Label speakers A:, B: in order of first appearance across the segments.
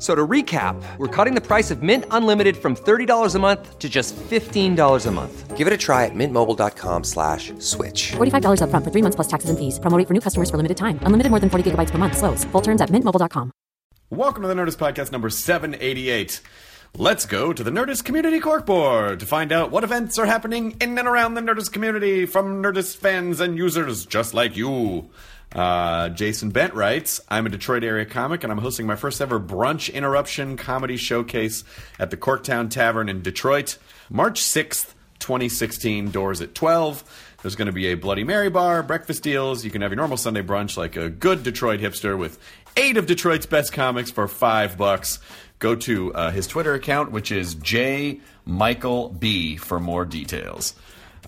A: So to recap, we're cutting the price of Mint Unlimited from $30 a month to just $15 a month.
B: Give it a try at mintmobile.com slash switch.
C: $45 upfront for three months plus taxes and fees. Promo rate for new customers for limited time. Unlimited more than 40 gigabytes per month. Slows. Full terms at mintmobile.com.
D: Welcome to the Nerdist Podcast number 788. Let's go to the Nerdist Community Corkboard to find out what events are happening in and around the Nerdist community from Nerdist fans and users just like you. Uh, Jason Bent writes, I'm a Detroit area comic and I'm hosting my first ever brunch interruption comedy showcase at the Corktown Tavern in Detroit, March 6th, 2016, doors at 12. There's going to be a Bloody Mary bar, breakfast deals. You can have your normal Sunday brunch like a good Detroit hipster with eight of Detroit's best comics for five bucks. Go to uh, his Twitter account, which is J Michael B, for more details.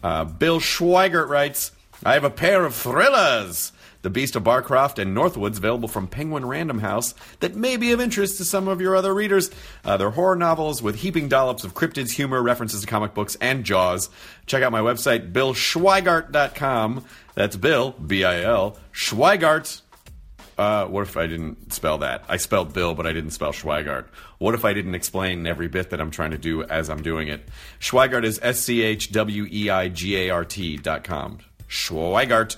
D: Uh, Bill Schweigert writes, "I have a pair of thrillers." The Beast of Barcroft and Northwoods, available from Penguin Random House, that may be of interest to some of your other readers. Uh, they're horror novels with heaping dollops of cryptids, humor, references to comic books, and Jaws. Check out my website, billschweigart.com. That's Bill, B I L, Schweigart. Uh, what if I didn't spell that? I spelled Bill, but I didn't spell Schweigart. What if I didn't explain every bit that I'm trying to do as I'm doing it? Schweigart is S C H W E I G A R T dot com. Schweigart.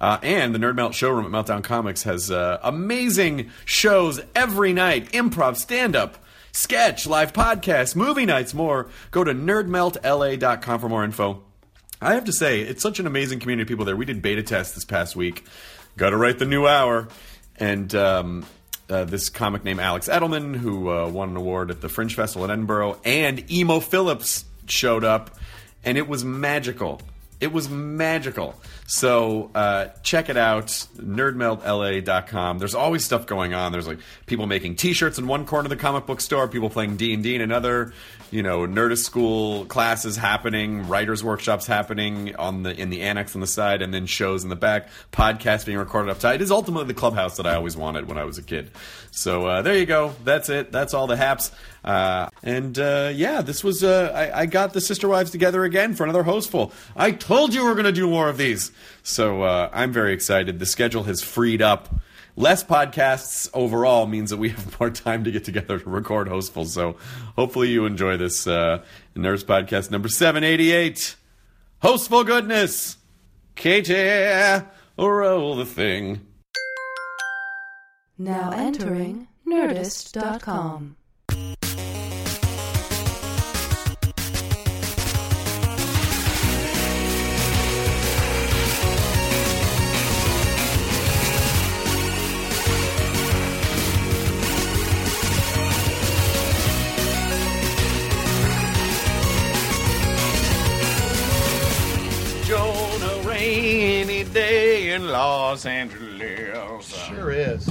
D: Uh, and the Nerd Melt showroom at Meltdown Comics has uh, amazing shows every night improv, stand up, sketch, live podcasts, movie nights, more. Go to nerdmeltla.com for more info. I have to say, it's such an amazing community of people there. We did beta tests this past week. Got to write the new hour. And um, uh, this comic named Alex Edelman, who uh, won an award at the Fringe Festival in Edinburgh, and Emo Phillips showed up, and it was magical. It was magical. So uh, check it out, nerdmeltla.com. There's always stuff going on. There's like people making T-shirts in one corner of the comic book store, people playing D and D in another. You know, Nerdist School classes happening, writers workshops happening on the in the annex on the side, and then shows in the back. Podcasts being recorded up top. It is ultimately the clubhouse that I always wanted when I was a kid. So uh, there you go. That's it. That's all the haps. Uh, and uh, yeah, this was. Uh, I, I got the sister wives together again for another hostful. I told you we are going to do more of these. So uh, I'm very excited. The schedule has freed up. Less podcasts overall means that we have more time to get together to record hostful. So hopefully you enjoy this uh, Nerds Podcast number 788. Hostful goodness. Katie, roll the thing.
E: Now entering Nerdist.com.
D: Joan, a rainy day in Los Angeles.
F: Sure is.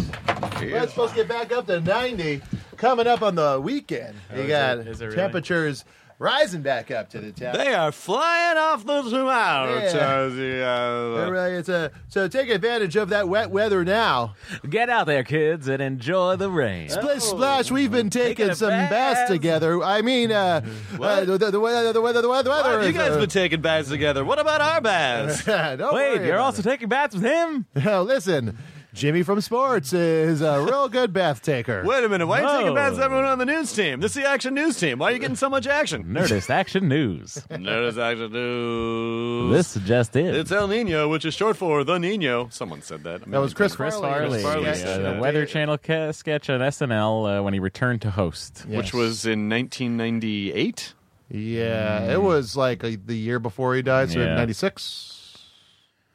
F: We're not supposed to get back up to 90 coming up on the weekend.
G: Oh,
F: You got temperatures rising back up to the top.
H: They are flying off the
F: Yeah. It really is a- so take advantage of that wet weather now.
G: Get out there, kids, and enjoy the rain.
F: Splish splash, we've been taking,
G: Taking a
F: some baths
G: bath.
F: together. I mean, uh, uh, the, the, the weather, the weather, the weather.
H: Why have you
F: is,
H: guys
F: uh,
H: been taking baths together? What about our baths?
F: Don't
G: Wait,
F: worry
G: you're
F: about
G: also taking baths with him?
F: it. No, listen, Jimmy from sports is a real good bath taker.
H: Wait a minute. Why are you taking
G: Whoa.
H: baths with everyone on the news team? This is the action news team. Why are you getting so much action?
G: Nerdist Action News.
H: Notice action news.
G: This just it.
H: It's El Nino, which is short for the Nino. Someone said that.
F: that was Chris,
G: Chris
F: Farley.
G: Farley,
H: Farley,
G: uh,
H: yeah.
G: the Weather Channel ca- sketch on SNL uh, when he returned to host.
H: which
F: Yes.
H: was in 1998.
F: Yeah,
D: Mm.
F: it was like uh the year before he died, so
G: Yeah.
F: 96.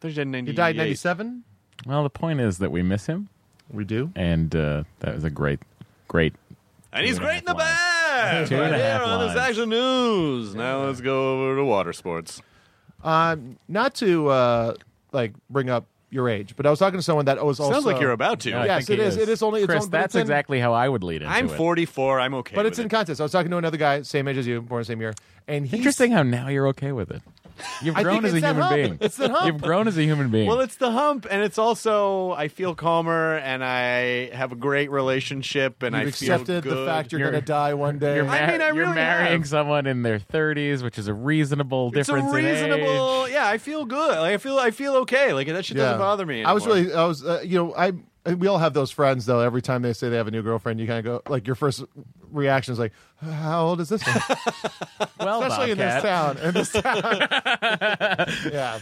H: He
F: He died 97?
G: Well, the point is that we miss him.
F: We do.
G: and uh, that was a great, great.
D: And he's
G: two
D: great in
G: and a
D: the back.
G: Two and a
D: Right
G: half
D: here on this
G: lines.
D: action news. Now let's go over to water sports.
F: Um, not to uh, like bring up your age, but I was talking to someone that was also
D: Sounds like you're about to.
G: No, I
F: Yes,
G: think
F: it is. It is only- it's
G: Chris.
F: on- but
G: that's
F: it's in-
G: exactly how I would lead into
D: I'm
G: it.
D: 44. I'm okay.
F: But it's
D: with
F: in
D: it.
F: contest. I was talking to another guy, same age as you, born the same year, and he's
G: Interesting how now you're okay with it. You've
F: I think
G: grown as a
F: it's that
G: human
F: hump.
G: being.
F: It's that hump.
G: You've grown as a human being.
D: Well, it's the hump, and it's also I feel calmer, and I have a great relationship, and
F: You've
D: I
F: accepted
D: feel
F: the
D: good.
F: fact you're,
G: You're-
F: gonna die one day.
G: you're,
D: I mean, I
G: you're
D: really
G: marrying
D: am.
G: someone in their 30s, which is a reasonable
D: it's a
G: difference
D: reasonable.
G: in age.
D: Yeah, I feel good. Like, I feel I feel okay. Like that shit doesn't bother me.
F: I was
D: anymore.
F: really, I was, uh, you know, I. We all have those friends though. Every time they say they have a new girlfriend, you kind of go like your first reaction is like, "How old is this one?"
G: Well,
F: Especially in this
G: Bobcat,
F: town. In this town. yeah.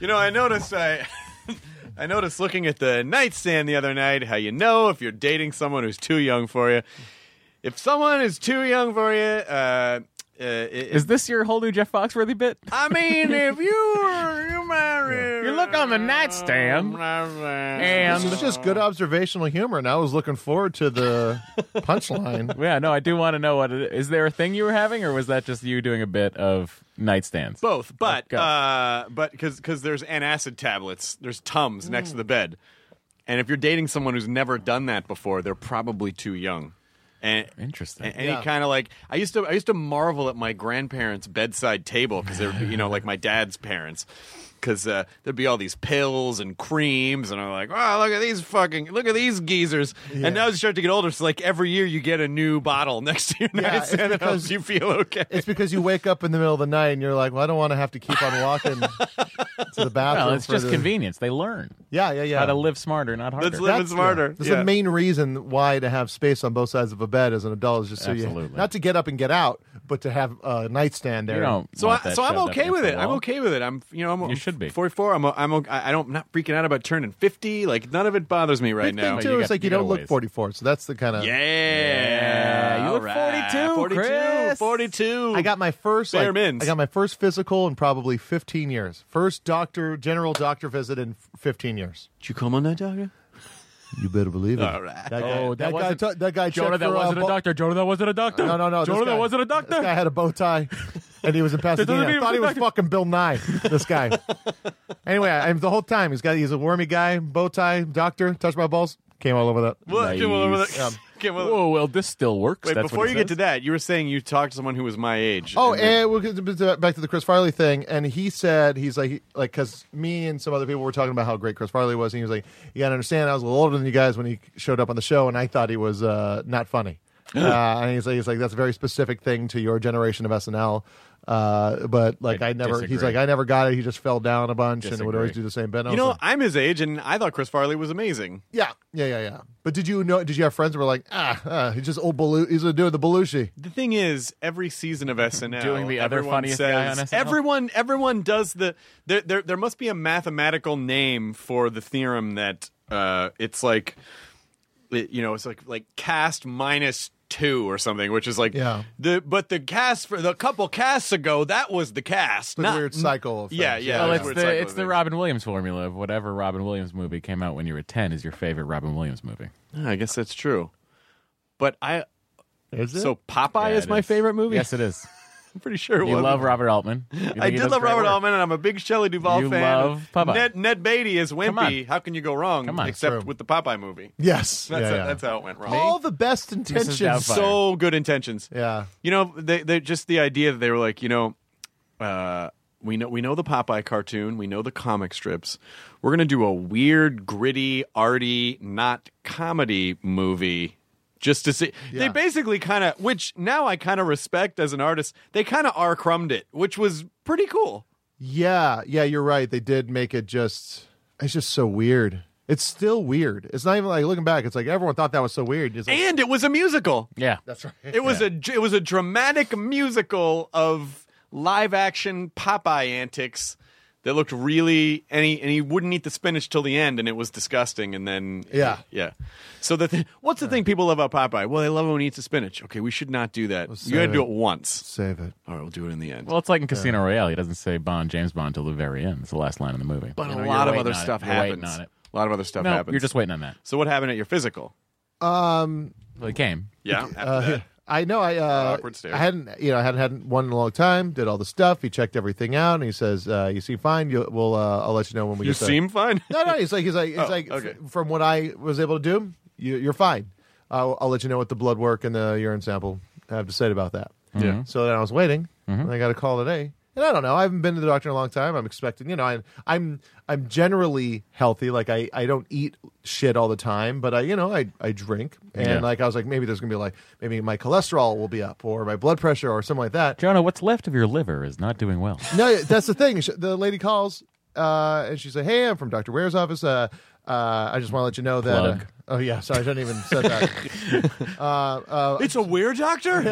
D: You know, I noticed I I noticed looking at the nightstand the other night how you know if you're dating someone who's too young for you. If someone is too young for you, uh, uh,
G: Is this your whole new Jeff Foxworthy bit?
D: I mean, if you were- you married,
G: You look on the nightstand,
F: This is
G: And
F: just good observational humor, and I was looking forward to the punchline.
G: yeah, no, I do want to know what it is. there a thing you were having, or was that just you doing a bit of nightstands?
D: both,
F: Oh,
D: but
G: Go.
D: uh, but because because there's antacid tablets, there's tums next
F: Mm.
D: to the bed, and if you're dating someone who's never done that before, they're probably too young. And
G: Interesting.
D: A- any kind of like I used to I used to marvel at my grandparents' bedside table because they're you know like my dad's parents because uh, there'd be all these pills and creams and I'm like oh look at these fucking look at these geezers and now as you start to get older it's like every year you get a new bottle next to your
F: Yeah, it's
D: nightstand that helps
F: because-
D: you feel okay.
F: It's because you wake up in the middle of the night and you're like, well, I don't want to have to keep on walking to the bathroom.
G: Well, it's
F: for
G: just
F: the-
G: convenience. They learn
F: Yeah, yeah, yeah.
G: how to live smarter, not harder.
D: Let's live and smarter.
F: That's
D: Yeah.
F: the main reason why to have space on both sides of a bed as an adult is just so you
G: Absolutely.
F: not to get up and get out, but to have a nightstand there.
G: You don't
D: So
G: want
D: I,
G: that
D: so I'm
G: shoved up
D: okay
G: against
D: with
G: the
D: it. I'm
G: wall.
D: okay with it. I'm you know I'm
G: You should be.
D: 44. I'm a, I'm a, I don't I'm not freaking out about turning 50. Like none of it bothers me right
F: Big
D: now.
F: thing too
G: You
F: is
G: got-
F: like you,
G: you got
F: don't
G: a
F: look
G: ways.
F: 44, so that's the kind of.
D: Yeah,
G: you
D: all
G: look 42,
D: 42,
G: Chris.
D: 42.
F: I got my first
D: Bare
F: like,
D: mins.
F: I got my first physical in probably 15 years. First doctor general doctor visit in 15 years.
D: Did you come on that, doctor?
F: You better believe it.
D: All right.
F: That guy,
G: Oh, that,
F: that guy,
G: wasn't
F: took- that guy
G: Jonah.
F: checked
G: That
F: for, uh,
G: wasn't a
F: bo-
G: doctor. Jonah, that wasn't a doctor.
F: No, no, no.
G: Jonah,
F: this
G: that
F: guy-
G: wasn't a doctor.
F: This guy had a bow tie, and he was in
G: doesn't mean
F: Pasadena.
G: he
F: I thought
G: was
F: he
G: a
F: was
G: doctor.
F: fucking Bill Nye. This guy. anyway, I, the whole time he's got he's a wormy guy, bow tie, doctor, touch my balls, came all over that.
D: Well,
G: Nice.
D: Kim Wilder with
F: Um,
D: a- Kim Wilder-
G: Whoa, well, this still works.
D: Wait,
G: That's
D: before
G: what
D: you
G: it
D: get to
G: says.
D: that, you were saying you talked to someone who was my age.
F: Oh,
D: And then-
F: and we'll get to- back to the Chris Farley thing, and he said he's like, he- like, because me and some other people were talking about how great Chris Farley was, and he was like, you gotta understand, I was a little older than you guys when he showed up on the show, and I thought he was uh, not funny. uh, and he's like, he's like, that's a very specific thing to your generation of SNL. Uh, but like, I,
G: I
F: never, he's
G: disagree.
F: like, I never got it. He just fell down a bunch and would always
G: Disagree.
F: do the same bit. And I
D: you
F: was
D: know,
F: like,
D: I'm his age, and I thought Chris Farley was amazing.
F: yeah, yeah, yeah, yeah. But did you know? Did you have friends that were like, ah, ah he's just old Belushi. He's doing the Belushi.
D: The thing is, every season of SNL,
G: Doing the other
D: everyone
G: funniest
D: says,
G: guy on SNL?
D: Everyone, everyone does the. There, there, there must be a mathematical name for the theorem that uh, it's like, it- you know, it's like like cast minus two or something, which is like
F: Yeah.
D: The but the cast for the couple casts ago, that was the cast.
F: The
D: not-
F: weird cycle. Of
D: Yeah,
F: things.
D: yeah.
G: Well,
D: Yeah.
G: it's
D: Weird
G: the
D: cycle
G: it's the
D: thing.
G: Robin Williams formula of whatever Robin Williams movie came out when you were ten is your favorite Robin Williams movie.
D: Yeah, I guess that's true. But I
F: Is it?
D: so Popeye
G: Yeah,
D: is
G: it
D: my favorite movie.
G: Yes, it is.
D: I'm pretty sure it
G: You
D: was.
G: love Robert Altman. You think
D: I
G: he
D: did
G: does
D: love
G: great
D: Robert
G: work.
D: Altman, and I'm a big Shelley Duvall
G: You
D: fan.
G: love Popeye.
D: Ned, Ned Beatty is wimpy.
G: on.
D: How can you go wrong?
G: Come on.
D: except
F: True.
D: with the Popeye movie.
F: yes,
D: That's,
F: yeah,
D: how,
F: yeah.
D: that's how it went wrong.
F: all the best
G: Doubtfire.
F: intentions.
D: so good intentions.
F: Yeah.
D: You know, they they just the idea that they were like, you know, uh, we know we know the Popeye cartoon, we know the comic strips. We're gonna do a weird, gritty, arty, not comedy movie. Just to see, they
F: Yeah.
D: basically kind of, which now I kind of respect as an artist. They kind of R crumbed it, which was pretty cool.
F: Yeah, yeah, you're right. They did make it just. It's just so weird. It's still weird. It's not even like looking back. It's like everyone thought that was so weird. It's like,
D: And it was a musical.
G: Yeah,
F: that's right.
D: It was a it was a dramatic musical of live action Popeye antics that looked really and he and he wouldn't eat the spinach till the end and it was disgusting and then
F: Yeah.
D: yeah. So the th- what's the thing people love about Popeye? Well, they love it when he eats the spinach. Okay, we should not do that. you had to do it once.
F: Save it.
D: All right, we'll do it in the end.
G: Well, it's like in Casino Royale. He doesn't say Bond, James Bond, till the very end. It's the last line of the movie.
D: but
G: You
D: a
G: know,
D: lot
G: you're
D: of other
G: waiting on it.
D: stuff
G: You're waiting
D: happens.
G: on it.
D: A lot of other stuff
G: No,
D: happens.
G: you're just waiting on that.
D: So what happened at your physical?
F: Um,
G: Well, it came.
D: Yeah. After
F: uh,
D: that.
F: I know. I uh,
D: Awkward stare.
F: I hadn't, you know, I hadn't had one in a long time. Did all the stuff. He checked everything out, and he says, uh, "You seem fine. You'll, we'll, uh, I'll let you know when we
D: You
F: get to-"
D: seem fine.
F: No, no. He's like, he's like, he's
D: Oh,
F: like.
D: okay.
F: f- from what I was able to do, you, you're fine. I'll, I'll let you know what the blood work and the urine sample have to say about that.
D: Yeah.
F: So then I was waiting,
G: Mm-hmm.
F: and I got a call today. And I don't know. I haven't been to the doctor in a long time. I'm expecting, you know, I, I'm I'm generally healthy. Like I, I don't eat shit all the time, but I, you know, I, I drink. And
G: Yeah.
F: like I was like, maybe there's gonna be like maybe my cholesterol will be up or my blood pressure or something like that.
G: Jonah, what's left of your liver is not doing well.
F: No, that's the thing. She- The lady calls uh, and she said, "Hey, I'm from Dr. Ware's office. Uh, uh, I just want to let you know that."
G: Plug.
F: oh yeah, sorry, I shouldn't even said that.
D: it's a weird doctor.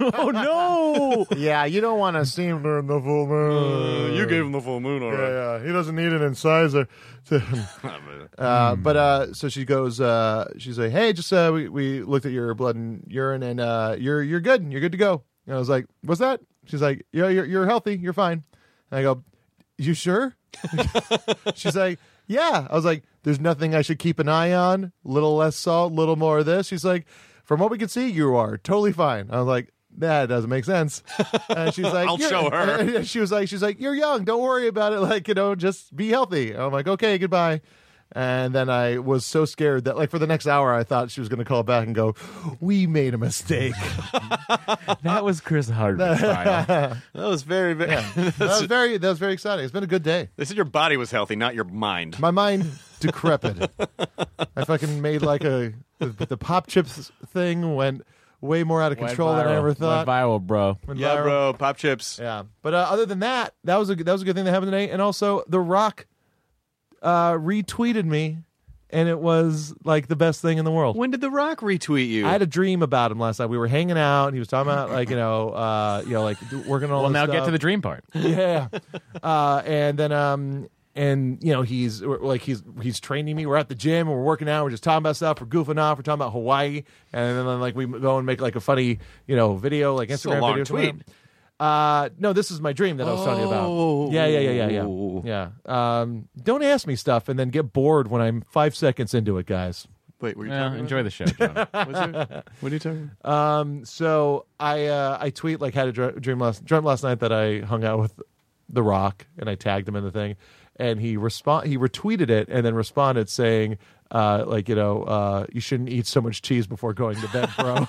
G: oh no!
F: yeah, you don't want to see him during the full moon.
D: you gave him the full moon, all
F: Yeah,
D: right.
F: yeah, he doesn't need an incisor. uh, but uh, so she goes. Uh, she's like, "Hey, just uh, we we looked at your blood and urine, and uh, you're you're good. You're good to go." And I was like, "What's that?" She's like, "Yeah, you're you're healthy. You're fine." And I go, "You sure?" she's like, "Yeah." I was like, "There's nothing I should keep an eye on. Little less salt, little more of this." She's like, "From what we can see, you are totally fine." I was like. That doesn't make sense. And she's like,
D: I'll
F: "You're-"
D: show her.
F: Yeah, she was like, she's like, you're young, don't worry about it. Like, you know, just be healthy. I'm like, okay, goodbye. And then I was so scared that, like, for the next hour, I thought she was going to call back and go, "We made a mistake."
G: That was Chris Hardwick style.
D: That was very, very.
F: that was very, that was very exciting. It's been a good day.
D: they said your body was healthy, not your mind.
F: My mind decrepit. I fucking made like a the, the pop chips thing went way more out of control than I ever thought.
G: Went viral, bro.
F: Went
D: yeah,
F: viral.
D: bro. Pop chips.
F: Yeah, but uh, other than that, that was a that was a good thing that happened today. And also, The Rock uh, retweeted me, and it was like the best thing in the world.
D: When did The Rock retweet you?
F: I had a dream about him last night. We were hanging out, and he was talking about like you know, uh, you know, like do- working on. all
G: Well,
F: this
G: now get
F: stuff.
G: to the dream part.
F: yeah, uh, and then um. And you know he's we're- like he's he's training me. We're at the gym. and We're working out. We're just talking about stuff. We're goofing off. We're talking about Hawaii, and then like we go and make like a funny you know video like Instagram
D: It's a long
F: video or something.
D: tweet.
F: Uh, no, this is my dream that I was telling you
D: Oh.
F: about. Yeah, yeah, yeah, yeah, yeah. Yeah. Um, don't ask me stuff and then get bored when I'm five seconds into it, guys.
D: Wait, were you
G: Yeah,
D: talking?
G: enjoy the show, Jonah.
D: What are you talking? about?
F: So I uh, I tweet like had a dr- dream last dreamt last night that I hung out with The Rock and I tagged him in the thing, and he respond he retweeted it and then responded saying. Uh, like you know, uh, you shouldn't eat so much cheese before going to bed, bro.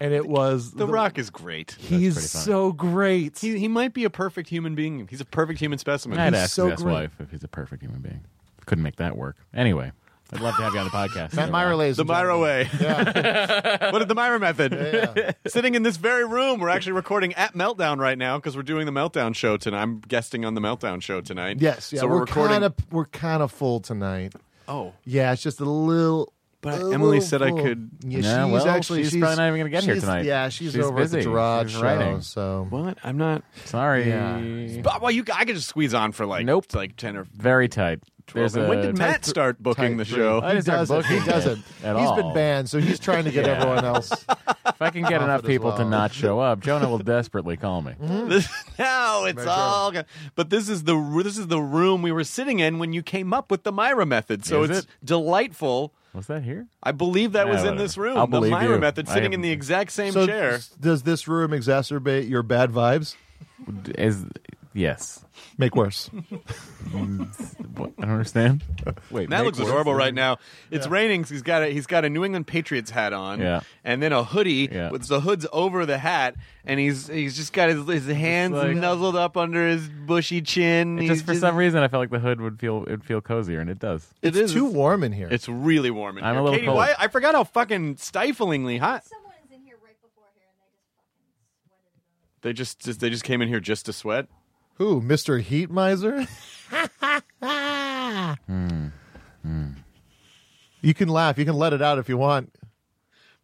F: and it was
D: The Rock is great.
F: He's so great.
D: He, he might be a perfect human being. He's a perfect human specimen.
G: I'd
F: He's
G: ask
F: so
G: his
F: great.
G: wife if he's a perfect human being. Couldn't make that work. Anyway, I'd love to have you on the podcast.
F: Matt Myra, ladies
D: The
F: and
D: Myra
F: gentlemen.
D: way. what did the Myra method? Sitting in this very room, we're actually recording at Meltdown right now because we're doing the Meltdown show tonight. I'm guesting on the Meltdown show tonight.
F: Yes, yeah,
D: so we're,
F: we're,
D: recording.
F: Kinda, we're kind of full tonight.
D: Oh,
F: Yeah, it's just a little.
D: But
F: a
D: Emily
F: little
D: said I
F: full.
D: could-
F: Yeah,
G: Yeah,
F: she's
G: well,
F: actually
G: she's probably not even gonna get here
F: she's-
G: tonight.
F: Yeah, she's,
G: She's
F: over at
G: busy.
F: the Gerard
G: She's
F: show.
G: writing.
F: So
D: what? I'm not.
G: Sorry.
D: But, well, you, I could just squeeze on for like
G: Nope.
D: like ten or
G: Very tight. There's
D: twelve.
G: a
D: when did Matt
F: thr-
D: start booking the
F: Type three.
D: show?
G: I
F: He
G: didn't start
F: doesn't. He
G: booking it
F: doesn't. He's
G: at all.
F: been banned, so he's trying to get
G: Yeah.
F: everyone else.
G: If I can get enough
F: Profit as
G: people to
F: well. Mm-hmm.
G: not show up, Jonah will desperately call me.
D: This- no, it's all. go- But this is the this is the room we were sitting in when you came up with the Myra method. So
G: Is
D: it's
G: it?
D: delightful.
G: Was that here?
D: I believe that
G: Yeah,
D: was in
G: whatever.
D: this room.
G: I'll
D: the
G: believe
D: Myra
G: you.
D: method
G: I
D: sitting in
G: am-
D: the exact same
F: so
D: chair.
F: s- does this room exacerbate your bad vibes?
G: Is yes.
F: Make worse.
G: What? I don't understand. Wait,
D: Matt
G: make
D: looks
G: words?
D: adorable right now. It's raining. So he's got a he's got a New England Patriots hat on,
G: Yeah.
D: and then a hoodie
G: Yeah.
D: with the hood's over the hat, and he's he's just got his his hands
G: like-
D: nuzzled up under his bushy chin.
G: It
D: He's
G: just for some reason, I felt like the hood would feel it would feel cozier, and it does.
D: it
F: It's
D: is
F: too warm in here.
D: It's really warm in
G: I'm
D: here.
G: a little
D: Katie,
G: cold.
D: why? I forgot how fucking stiflingly hot.
I: Someone's in here right before her, and they just fucking sweated it out.
D: They just, just they just came in here just to sweat.
F: Who, Mister Heat Miser? Hmm.
G: Hmm.
F: You can laugh. You can let it out if you want.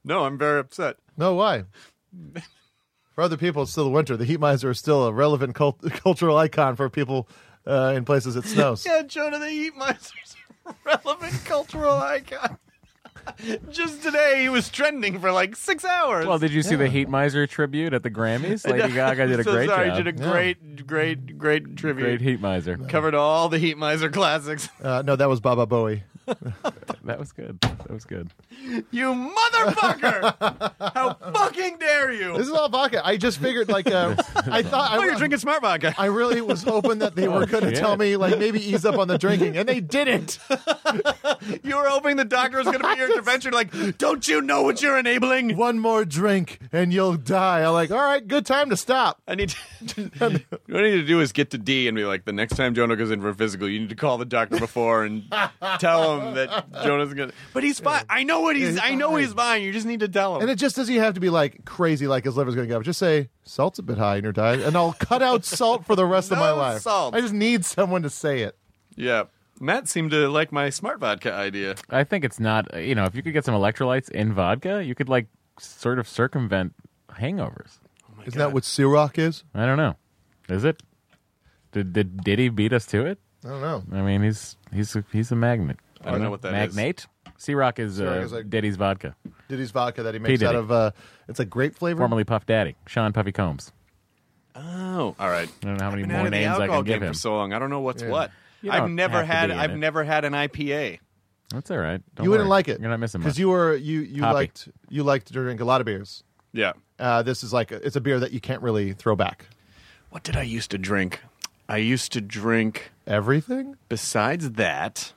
D: No, I'm very upset.
F: No, why? for other people, it's still winter. The heat miser is still a relevant cult- cultural icon for people uh, in places it snows.
D: Yeah, Jonah the Heat Miser's a relevant cultural icon. Just today, he was trending for like six hours.
G: Well, did you see the Heat Miser tribute at the Grammys? Lady Gaga did a
D: so
G: great
D: sorry,
G: job.
D: did a great, great, great tribute.
G: Great Heat Miser.
D: Covered all the Heat Miser classics.
F: Uh, no, that was Baba Bowie.
G: that was good. That was good.
D: You motherfucker! How fucking dare you!
F: This is all vodka. I just figured, like, uh, I thought.
D: Oh,
F: I,
D: you're drinking smart vodka.
F: I really was hoping that they were
G: Oh,
F: going to
G: shit.
F: tell me, like, maybe ease up on the drinking, and they didn't.
D: You were hoping the doctor was going to be your intervention. Like, don't you know what you're enabling?
F: One more drink, and you'll die. I'm like, all right, good time to stop.
D: I need to, what I need to do is get to D and be like, the next time Jonah goes in for a physical, you need to call the doctor before and tell him that Jonah's gonna. But he's fine. I know what he's.
F: He's
D: I know
F: fine.
D: he's fine. You just need to tell him.
F: And it just doesn't have to be like crazy, like his liver's going to go up. Just say salt's a bit high in your diet, and I'll cut out salt for the rest of my
D: No
F: life.
D: salt.
F: I just need someone to say it.
D: yeah, Matt seemed to like my smart vodka idea.
G: I think it's not. uh, You know, if you could get some electrolytes in vodka, you could like sort of circumvent hangovers.
F: not that what Ciroc is?
G: I don't know. Is it? Did did Diddy beat us to it?
F: I don't know.
G: I mean, he's he's a, he's a magnet.
D: I don't know what that is.
G: Magnate. Sea Rock is, uh,
F: Ciroc is like-
G: Diddy's vodka,
F: Diddy's vodka that he
G: P.
F: makes
G: Diddy.
F: out of uh, it's like grape flavor.
G: formerly Puff Daddy, Sean Puffy Combs.
D: Oh, all right.
G: I don't know how many
D: Been
G: more
D: out of the
G: names I
D: alcohol
G: can give
D: game
G: him.
D: for so long. I don't know what's
F: Yeah.
D: what.
G: You
D: I've
G: don't
D: never
G: have to
D: had.
G: be in
D: I've
G: it.
D: never had an IPA.
G: That's all right. Don't
F: you wouldn't
G: worry.
F: like it.
G: You're not missing much.
F: because you were you you
G: Hoppy.
F: liked you liked to drink a lot of beers.
D: Yeah.
F: Uh, this is like a, it's a beer that you can't really throw back.
D: What did I used to drink? I used to drink.
F: Everything.
D: Besides that,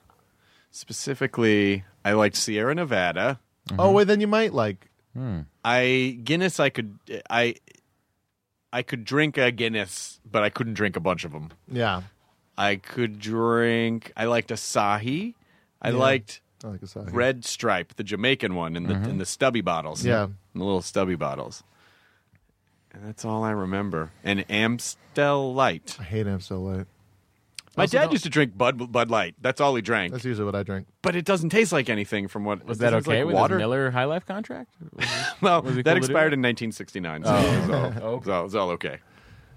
D: specifically, I liked Sierra Nevada.
G: Mm-hmm.
F: Oh wait, then you might like.
D: I Guinness. I could I I could drink a Guinness, but I couldn't drink a bunch of them.
F: Yeah,
D: I could drink. I liked Asahi. I liked
F: I like Asahi.
D: Red Stripe, the Jamaican one, in the in the stubby bottles.
F: Mm-hmm. Yeah.
D: in the little stubby bottles. And that's all I remember. And Amstel Light.
F: I hate Amstel Light.
D: My
F: also
D: dad
F: don't-
D: used to drink Bud Bud Light. That's all he drank.
F: That's usually what I drink.
D: but it doesn't taste like anything from what
G: was
D: it
G: that
D: tastes
G: okay
D: like
G: with
D: water.
G: his Miller High Life contract?
D: Well,
G: Was he
D: that
G: cool to do
D: expired
G: that?
D: in 1969.
G: Oh,
D: So it was all, it was all, it was all okay.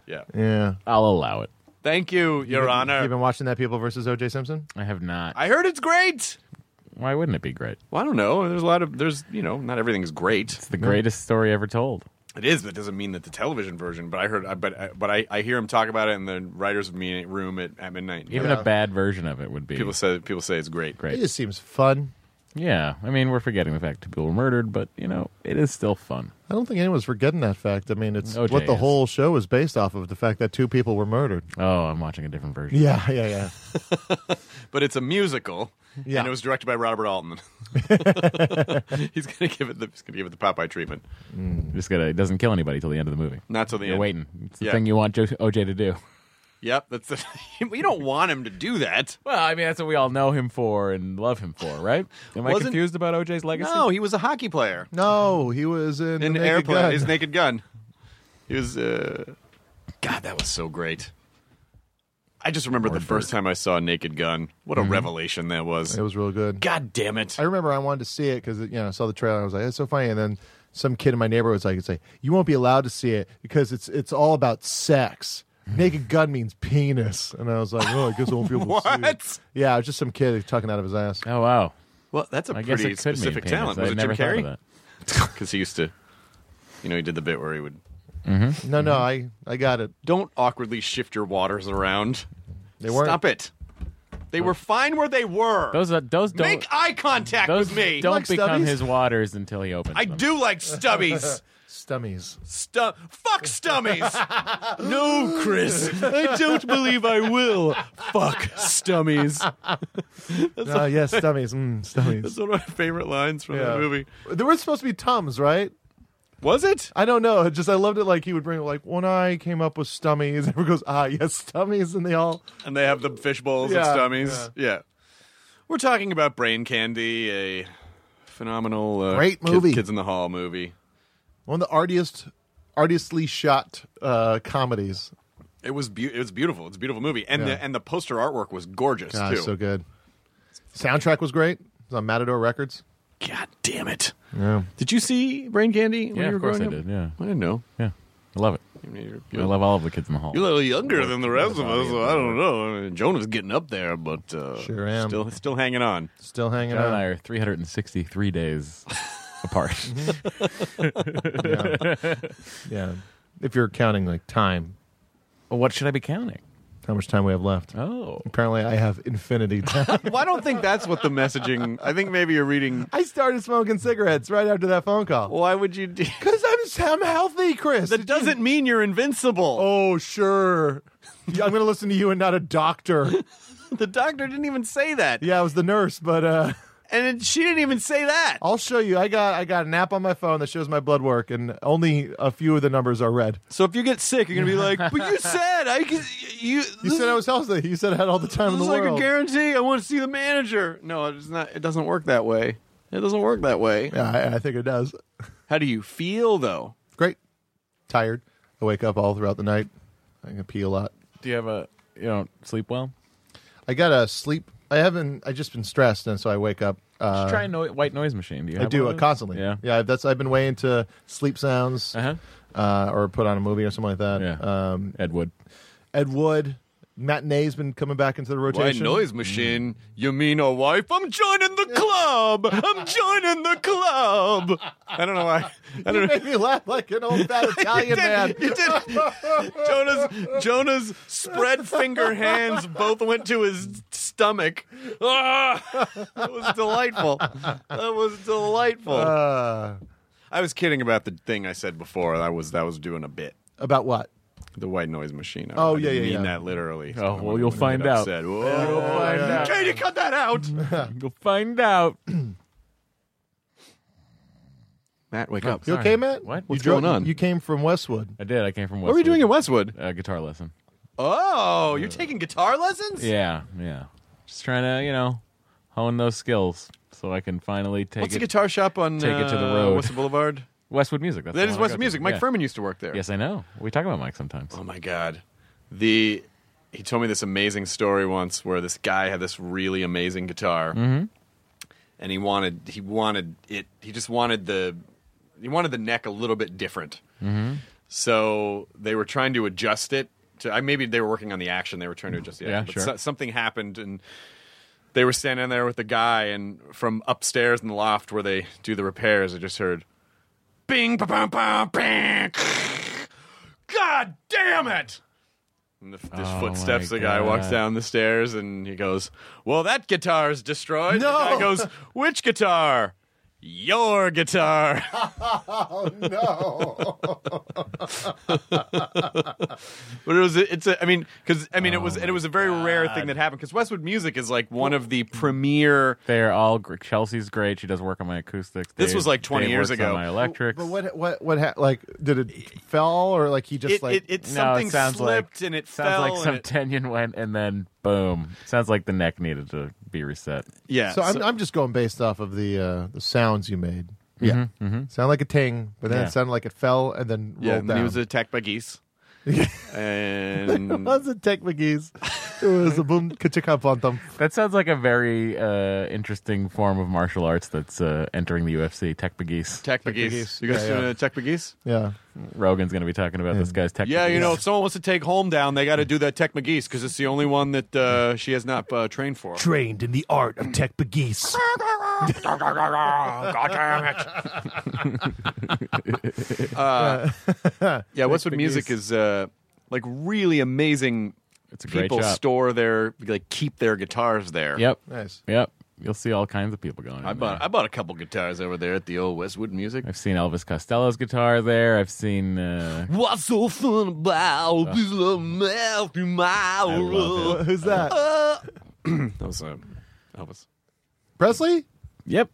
D: Yeah.
F: Yeah.
D: Uh,
G: I'll allow it.
D: Thank you, Your Honor.
F: You've been watching that People versus O.J. Simpson.
G: I have not.
D: I heard it's great.
G: Why wouldn't it be great?
D: Well, I don't know. There's a lot of there's you know not everything's great.
G: It's the greatest story ever told.
D: It is, but it doesn't mean that the television version. But I heard, I- but I- but I, I hear him talk about it in the writers' meeting room at, at midnight.
G: Even
F: Yeah.
G: a bad version of it would be
D: people say people say it's great.
G: great.
F: It just seems fun.
G: Yeah, I mean, we're forgetting the fact that people were murdered, but you know, it is still fun.
F: I don't think anyone's forgetting that fact. I mean, it's
G: O.J.
F: what the
G: is.
F: whole show is based off of—the fact that two people were murdered.
G: Oh, I'm watching a different version.
F: Yeah, yeah, yeah.
D: But it's a musical,
F: Yeah.
D: and it was directed by Robert Altman. he's gonna give it the he's gonna give it the Popeye treatment.
G: just gotta. It doesn't kill anybody till the end of the movie.
D: Not till the
G: You're
D: end.
G: waiting. It's the
D: Yeah.
G: thing you want Jo- OJ to do.
D: Yep, that's the. you don't want him to do that.
G: Well, I mean, that's what we all know him for and love him for, right? Am I
D: Wasn't-
G: confused about OJ's legacy?
D: No, he was a hockey player.
F: No, he was
D: in
F: in, the
D: an
F: Naked
D: airplane.
F: Gun.
D: His naked gun. He was. Uh... God, that was so great. I just remember the first time I saw Naked Gun. What a
G: Mm-hmm.
D: revelation that was.
F: It was real good.
D: God damn it!
F: I remember I wanted to see it because you know I saw the trailer. and I was like, "That's so funny." And then some kid in my neighborhood was like, "It's like you won't be allowed to see it because it's it's all about sex. Naked gun means penis." And I was like, "Oh, I guess I won't be able to see it."
D: What?
F: Yeah, it was just some kid tucking out of his ass.
G: Oh wow.
D: Well, that's a
G: I guess
D: pretty
G: it could
D: specific
G: mean penis.
D: talent. Was
G: I
D: it Jim
G: never thought
D: Carrey?
G: of that.
D: Because he used to, you know, he did the bit where he would
F: No, no, I I got it.
D: don't awkwardly shift your waters around.
F: They weren't.
D: Stop it. They were fine where they were.
G: Those are- those don't
D: Make eye contact
G: those
D: with me.
G: don't
F: Like
G: become
F: stubbies?
G: his waters until he opens.
D: I
G: them.
D: do like stubbies.
F: Stummies.
D: Stu- fuck stummies. no, Chris. I don't believe I will. Fuck stummies.
F: Oh yes, stummies. Mm,
D: That's
F: stummies.
D: one of my favorite lines from
F: Yeah.
D: that movie.
F: There were supposed to be tums, right?
D: Was it?
F: I don't know. It Just I loved it. Like he would bring it. Like one eye came up with stummies. Everyone goes, ah, yes, stummies, and they all.
D: And they have the fish bowls and
F: Yeah,
D: stummies. Yeah. We're talking about Brain Candy, a phenomenal uh,
F: Great
D: Kid-
F: movie.
D: Kids in the Hall movie.
F: One of the artiest, artistly shot uh, comedies.
D: It was beau it was beautiful. It's a beautiful movie, and
F: Yeah.
D: the and the poster artwork was gorgeous
F: God,
D: too.
F: Ah, so good. Soundtrack was great. It was on Matador Records.
D: God damn it!
F: Yeah.
D: Did you see Brain Candy when
G: Yeah,
D: you were
G: of course I
D: growing up?
G: did. Yeah,
D: I didn't know.
G: yeah, I love it.
D: mean,
G: I love all of the kids in the hall.
D: You're a little younger than the rest of us. So I don't know. I mean, Jonah's getting up there, but uh,
G: Sure am.
D: Still, still hanging on.
F: Still hanging
G: John and I are 363 days apart.
F: Yeah. yeah. If you're counting like time.
G: What should I be counting?
F: How much time we have left?
G: Oh.
F: Apparently I have infinity time.
D: well, I don't think that's what the messaging. I think maybe you're reading.
F: I started smoking cigarettes right after that phone call.
D: Why would you? do
F: Cuz I'm I'm healthy, Chris.
D: That doesn't mean you're invincible.
F: Oh, sure. Yeah, I'm going to listen to you and not a doctor.
D: The doctor didn't even say that,
F: Yeah, I was the nurse, but uh
D: and it, she didn't even say that.
F: I'll show you. I got I got an app on my phone that shows my blood work and only a few of the numbers are red.
D: So if you get sick, you're gonna be like, "But you said I could." You,
F: You
D: this-
F: said I was healthy. You said I had all the time in
D: This
F: the
D: is like
F: world.
D: a guarantee. I want to see the manager. No, it's not. It doesn't work that way. It doesn't work that way.
F: yeah, I, I think it does.
D: How do you feel though?
F: Great. Tired. I wake up all throughout the night. I can pee a lot.
G: Do you have a you don't sleep well?
F: I got to sleep. I haven't. I just been stressed, and so I wake up. Uh,
G: Just try a no- white noise machine. Do you?
F: I
G: have
F: do
G: one
F: uh,
G: of those?
F: constantly.
G: Yeah.
F: yeah. That's I've been way into sleep sounds,
G: Uh
F: uh
G: huh.
D: Uh-huh.
F: or put on a movie or something like that.
G: Yeah.
F: Um,
G: Ed Wood.
F: Ed Wood, matinee's been coming back into the
D: Why
F: rotation.
D: noise machine? You mean a wife? I'm joining the club. I'm joining the club. I don't know why. I
F: You
D: don't know.
F: made me laugh like an old fat Italian man.
D: You did. Jonah's Jonah's spread finger hands both went to his stomach. Ah, that was delightful. That was delightful.
F: Uh,
D: I was kidding about the thing I said before. That was that was doing a bit.
F: about what?
D: The white noise machine. I,
F: Oh,
D: I
F: yeah,
D: didn't
F: yeah,
D: mean
F: yeah.
D: that literally.
G: Oh,
D: I
G: well,
D: wouldn't
G: you'll
D: get
G: find out.
D: upset. Whoa.
G: find out.
D: Katie, cut that out.
G: Uh, Go find out.
D: Matt,
G: Oh,
D: wake up.
F: You okay, Matt?
G: What?
F: You
G: What's
F: drove-
D: going on?
F: You came from Westwood.
G: I did. I came from. Westwood.
D: What are we doing at Westwood?
G: A guitar lesson.
D: Oh, you're taking guitar lessons?
G: Yeah, yeah. Just trying to you know hone those skills so I can finally take
D: What's
G: it.
D: the guitar shop on
G: take it to the
D: uh,
G: road.
D: What's the Boulevard?
G: Westwood Music. That's the
D: That is
G: one I go
D: West
G: to.
D: Music. Mike
G: Yeah.
D: Furman used to work there.
G: Yes, I know. We talk about Mike sometimes.
D: Oh my god. The he told me this amazing story once where this guy had this really amazing guitar.
G: Mm-hmm.
D: And he wanted he wanted it he just wanted the he wanted the neck a little bit different.
G: Mm-hmm.
D: So they were trying to adjust it to I maybe they were working on the action they were trying to adjust the
G: Yeah,
D: action. but
G: sure.
D: so- something happened and they were standing there with the guy and from upstairs in the loft where they do the repairs I just heard bing ba bam bam bing God damn it! And the, the
G: Oh,
D: footsteps,
G: my
D: the guy walks
G: God.
D: down the stairs and he goes, Well, that guitar's destroyed.
F: No!
D: The guy goes, Which guitar? Your guitar. Oh,
F: No.
D: but it was, it's a, I mean, because, I mean, it was,
G: Oh
D: and it was a very rare thing that happened because Westwood Music is like one of the premier.
G: They're all gr- Chelsea's great. She does work on my acoustics.
D: This
G: Dave-
D: was like 20
G: Dave
D: years
G: works
D: ago.
G: On my electrics.
F: But what? What? What? Ha- like, did it fell or like he just
D: it,
F: like?
D: it, it,
G: No, it
D: something
G: sounds
D: slipped
G: like,
D: and it
G: sounds
D: fell.
G: like
D: and
G: some
D: it-
G: tendon went and then boom. Sounds like the neck needed to be reset.
D: yeah.
F: so I'm, I'm just going based off of the uh, the sounds you made. Yeah,
G: Mm-hmm,
F: sound like a ting, but then
G: Yeah.
F: it sounded like it fell and then
D: yeah,
F: rolled
D: and then
F: down.
D: he was attacked by geese.
F: it
D: and
F: wasn't Tech McGee's. It was a boom ka on thump.
G: That sounds like a very uh, interesting form of martial arts that's uh, entering the UFC. Tech Begeese.
D: Tech by
F: by
D: geese.
F: geese.
D: You guys
F: Yeah,
D: doing
F: yeah.
D: a tech by geese?
F: Yeah,
G: Rogan's going to be talking about this guy's Tech
D: Yeah, you
G: Begeese.
D: know, if someone wants to take home down, they got to do that Tech McGee's because it's the only one that uh, she has not uh, trained for.
F: trained in the art of Tech McGee's.
D: God damn it! uh, yeah, Westwood Music is uh, like really amazing.
G: It's a great
D: people
G: shop.
D: store their like keep their guitars there.
G: Yep.
F: Nice.
G: Yep. You'll see all kinds of people going.
D: I
G: in
D: bought
G: there.
D: I bought a couple guitars over there at the old Westwood Music.
G: I've seen Elvis Costello's guitar there. I've seen. Uh,
D: What's so fun about this little mouth in my
G: love
F: Who's that?
D: Uh, That was uh, Elvis.
F: Presley?
G: yep.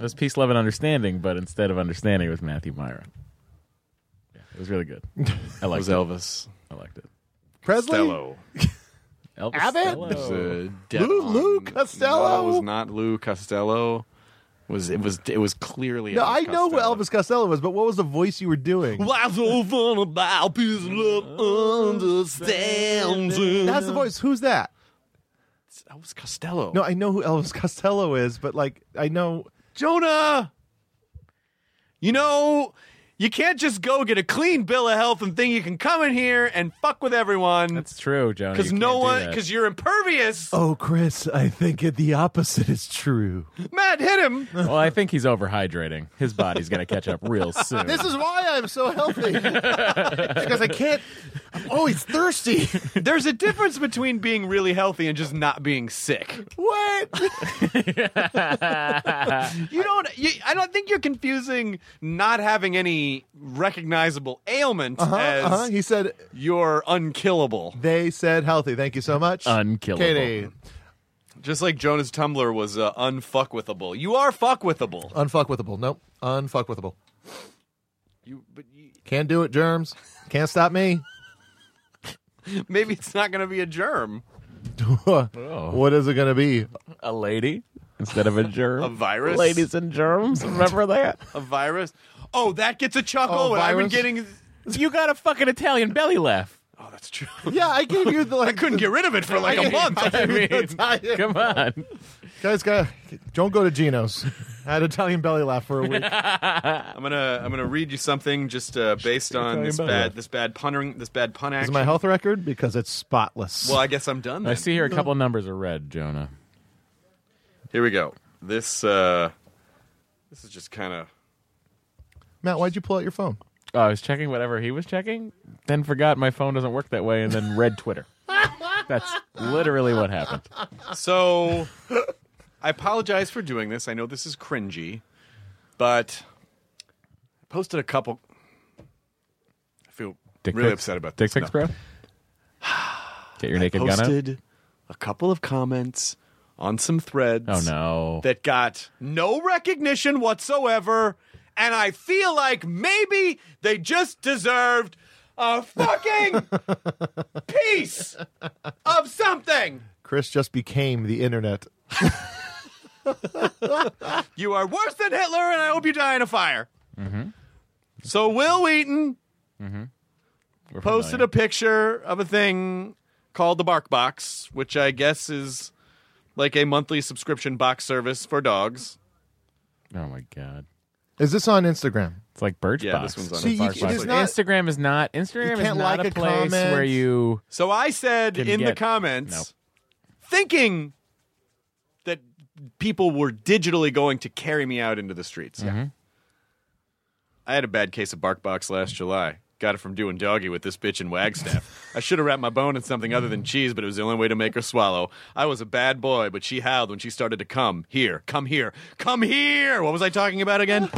G: It was Peace, Love, and Understanding, but instead of Understanding, it was Matthew Myra. Yeah, it was really good. I
D: That
G: liked
D: was
G: it.
D: Elvis.
G: I liked it.
F: Presley?
D: Costello.
G: Elvis
F: Abbott?
G: Costello.
D: It was, uh,
F: Lou-
D: Devon.
F: Lou Costello?
D: No, it was not Lou Costello. It was it was it was clearly.
F: No,
D: Elvis
F: I know
D: Costello.
F: who Elvis Costello was, but what was the voice you were doing?
D: Why so fun about peace, love, understanding?
F: That's the voice. Who's that?
D: It's Elvis Costello.
F: No, I know who Elvis Costello is, but like I know
D: Jonah. You know, You can't just go get a clean bill of health and think you can come in here and fuck with everyone.
G: That's true, Jonah.
D: Because
G: You
D: no
G: can't do
D: one,
G: that.
D: because you're impervious.
F: Oh, Chris, I think it- the opposite is true.
D: Matt, hit him.
G: well, I think he's overhydrating. His body's going to catch up real soon.
F: This is why I'm so healthy. because I can't. I'm always thirsty.
D: There's a difference between being really healthy and just not being sick.
F: What?
D: You don't. You, I don't think you're confusing not having any recognizable ailment
F: Uh-huh,
D: as
F: uh-huh. He said
D: you're unkillable.
F: they said healthy. Thank you so much.
G: Unkillable.
F: Katie,
D: Just like Jonah's Tumblr was uh, unfuckwithable. You are fuckwithable.
F: unfuckwithable. Nope, unfuckwithable.
D: You, but you,
F: Can't do it, germs. Can't stop me.
D: maybe it's not going to be a germ,
F: Oh. What is it going to be?
G: a lady instead of a germ.
D: A virus?
G: Ladies and germs. Remember that?
D: a virus. Oh, that gets a chuckle.
F: Oh,
D: and I've been
F: virus?
D: getting.
G: you got a fucking Italian belly laugh.
D: Oh, that's true.
F: Yeah, I gave you the. Like,
D: I couldn't get rid of it for like a month. I mean,
G: Come on.
F: guys, guys, don't go to Gino's. I had Italian belly laugh for a week.
D: I'm gonna I'm gonna read you something just uh, based on this
G: about
D: bad
G: it.
D: this bad punnering this bad pun
F: Is
D: action.
F: my health record because it's spotless.
D: well, I guess I'm done. Then.
G: I see here a couple numbers are red, Jonah.
D: Here we go. This uh, this is just kind of
F: Matt, why'd you pull out your phone?
G: Oh, I was checking whatever he was checking, then forgot my phone doesn't work that way, and then read Twitter. That's literally what happened.
D: So I apologize for doing this. I know this is cringy, but I posted a couple. I feel
G: Dick
D: really
G: pics?
D: upset about
G: Dick
D: this.
G: pics,
D: No.
G: bro. Get your naked gun out.
D: Posted a couple of comments on some threads.
G: Oh no!
D: That got no recognition whatsoever, and I feel like maybe they just deserved a fucking piece of something.
F: Chris just became the internet.
D: You are worse than Hitler, and I hope you die in a fire. So Will Wheaton
G: We're
D: posted
G: familiar.
D: a picture of a thing called the Bark Box, which I guess is like a monthly subscription box service for dogs.
G: Oh my god!
F: Is this on Instagram?
G: It's like Birchbox.
D: Yeah, this one's on
F: See,
D: a
F: you-
D: Bark
F: it
D: Box.
F: is not-
G: Instagram is not Instagram is
F: can't
G: not
F: like
G: a
F: a
G: place
F: comment.
G: where you
D: So I said
G: Can
D: in the
G: get-
D: comments,
G: Nope.
D: thinking that people were digitally going to carry me out into the streets.
G: Mm-hmm.
D: Yeah. I had a bad case of bark box last July. Got it from doing doggy with this bitch in Wagstaff. I should have wrapped my bone in something other than cheese, but it was the only way to make her swallow. I was a bad boy, but she howled when she started to come here, come here, come here. What was I talking about again?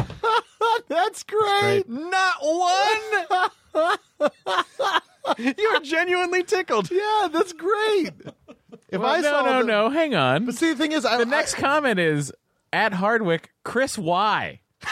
F: That's great.
D: Not one. you were genuinely tickled.
F: Yeah, that's great. If
G: Well,
F: I
G: no
F: saw
G: no
F: the-
G: no hang on.
F: But see, the thing is, I,
G: the next comment is at Hardwick Chris Y.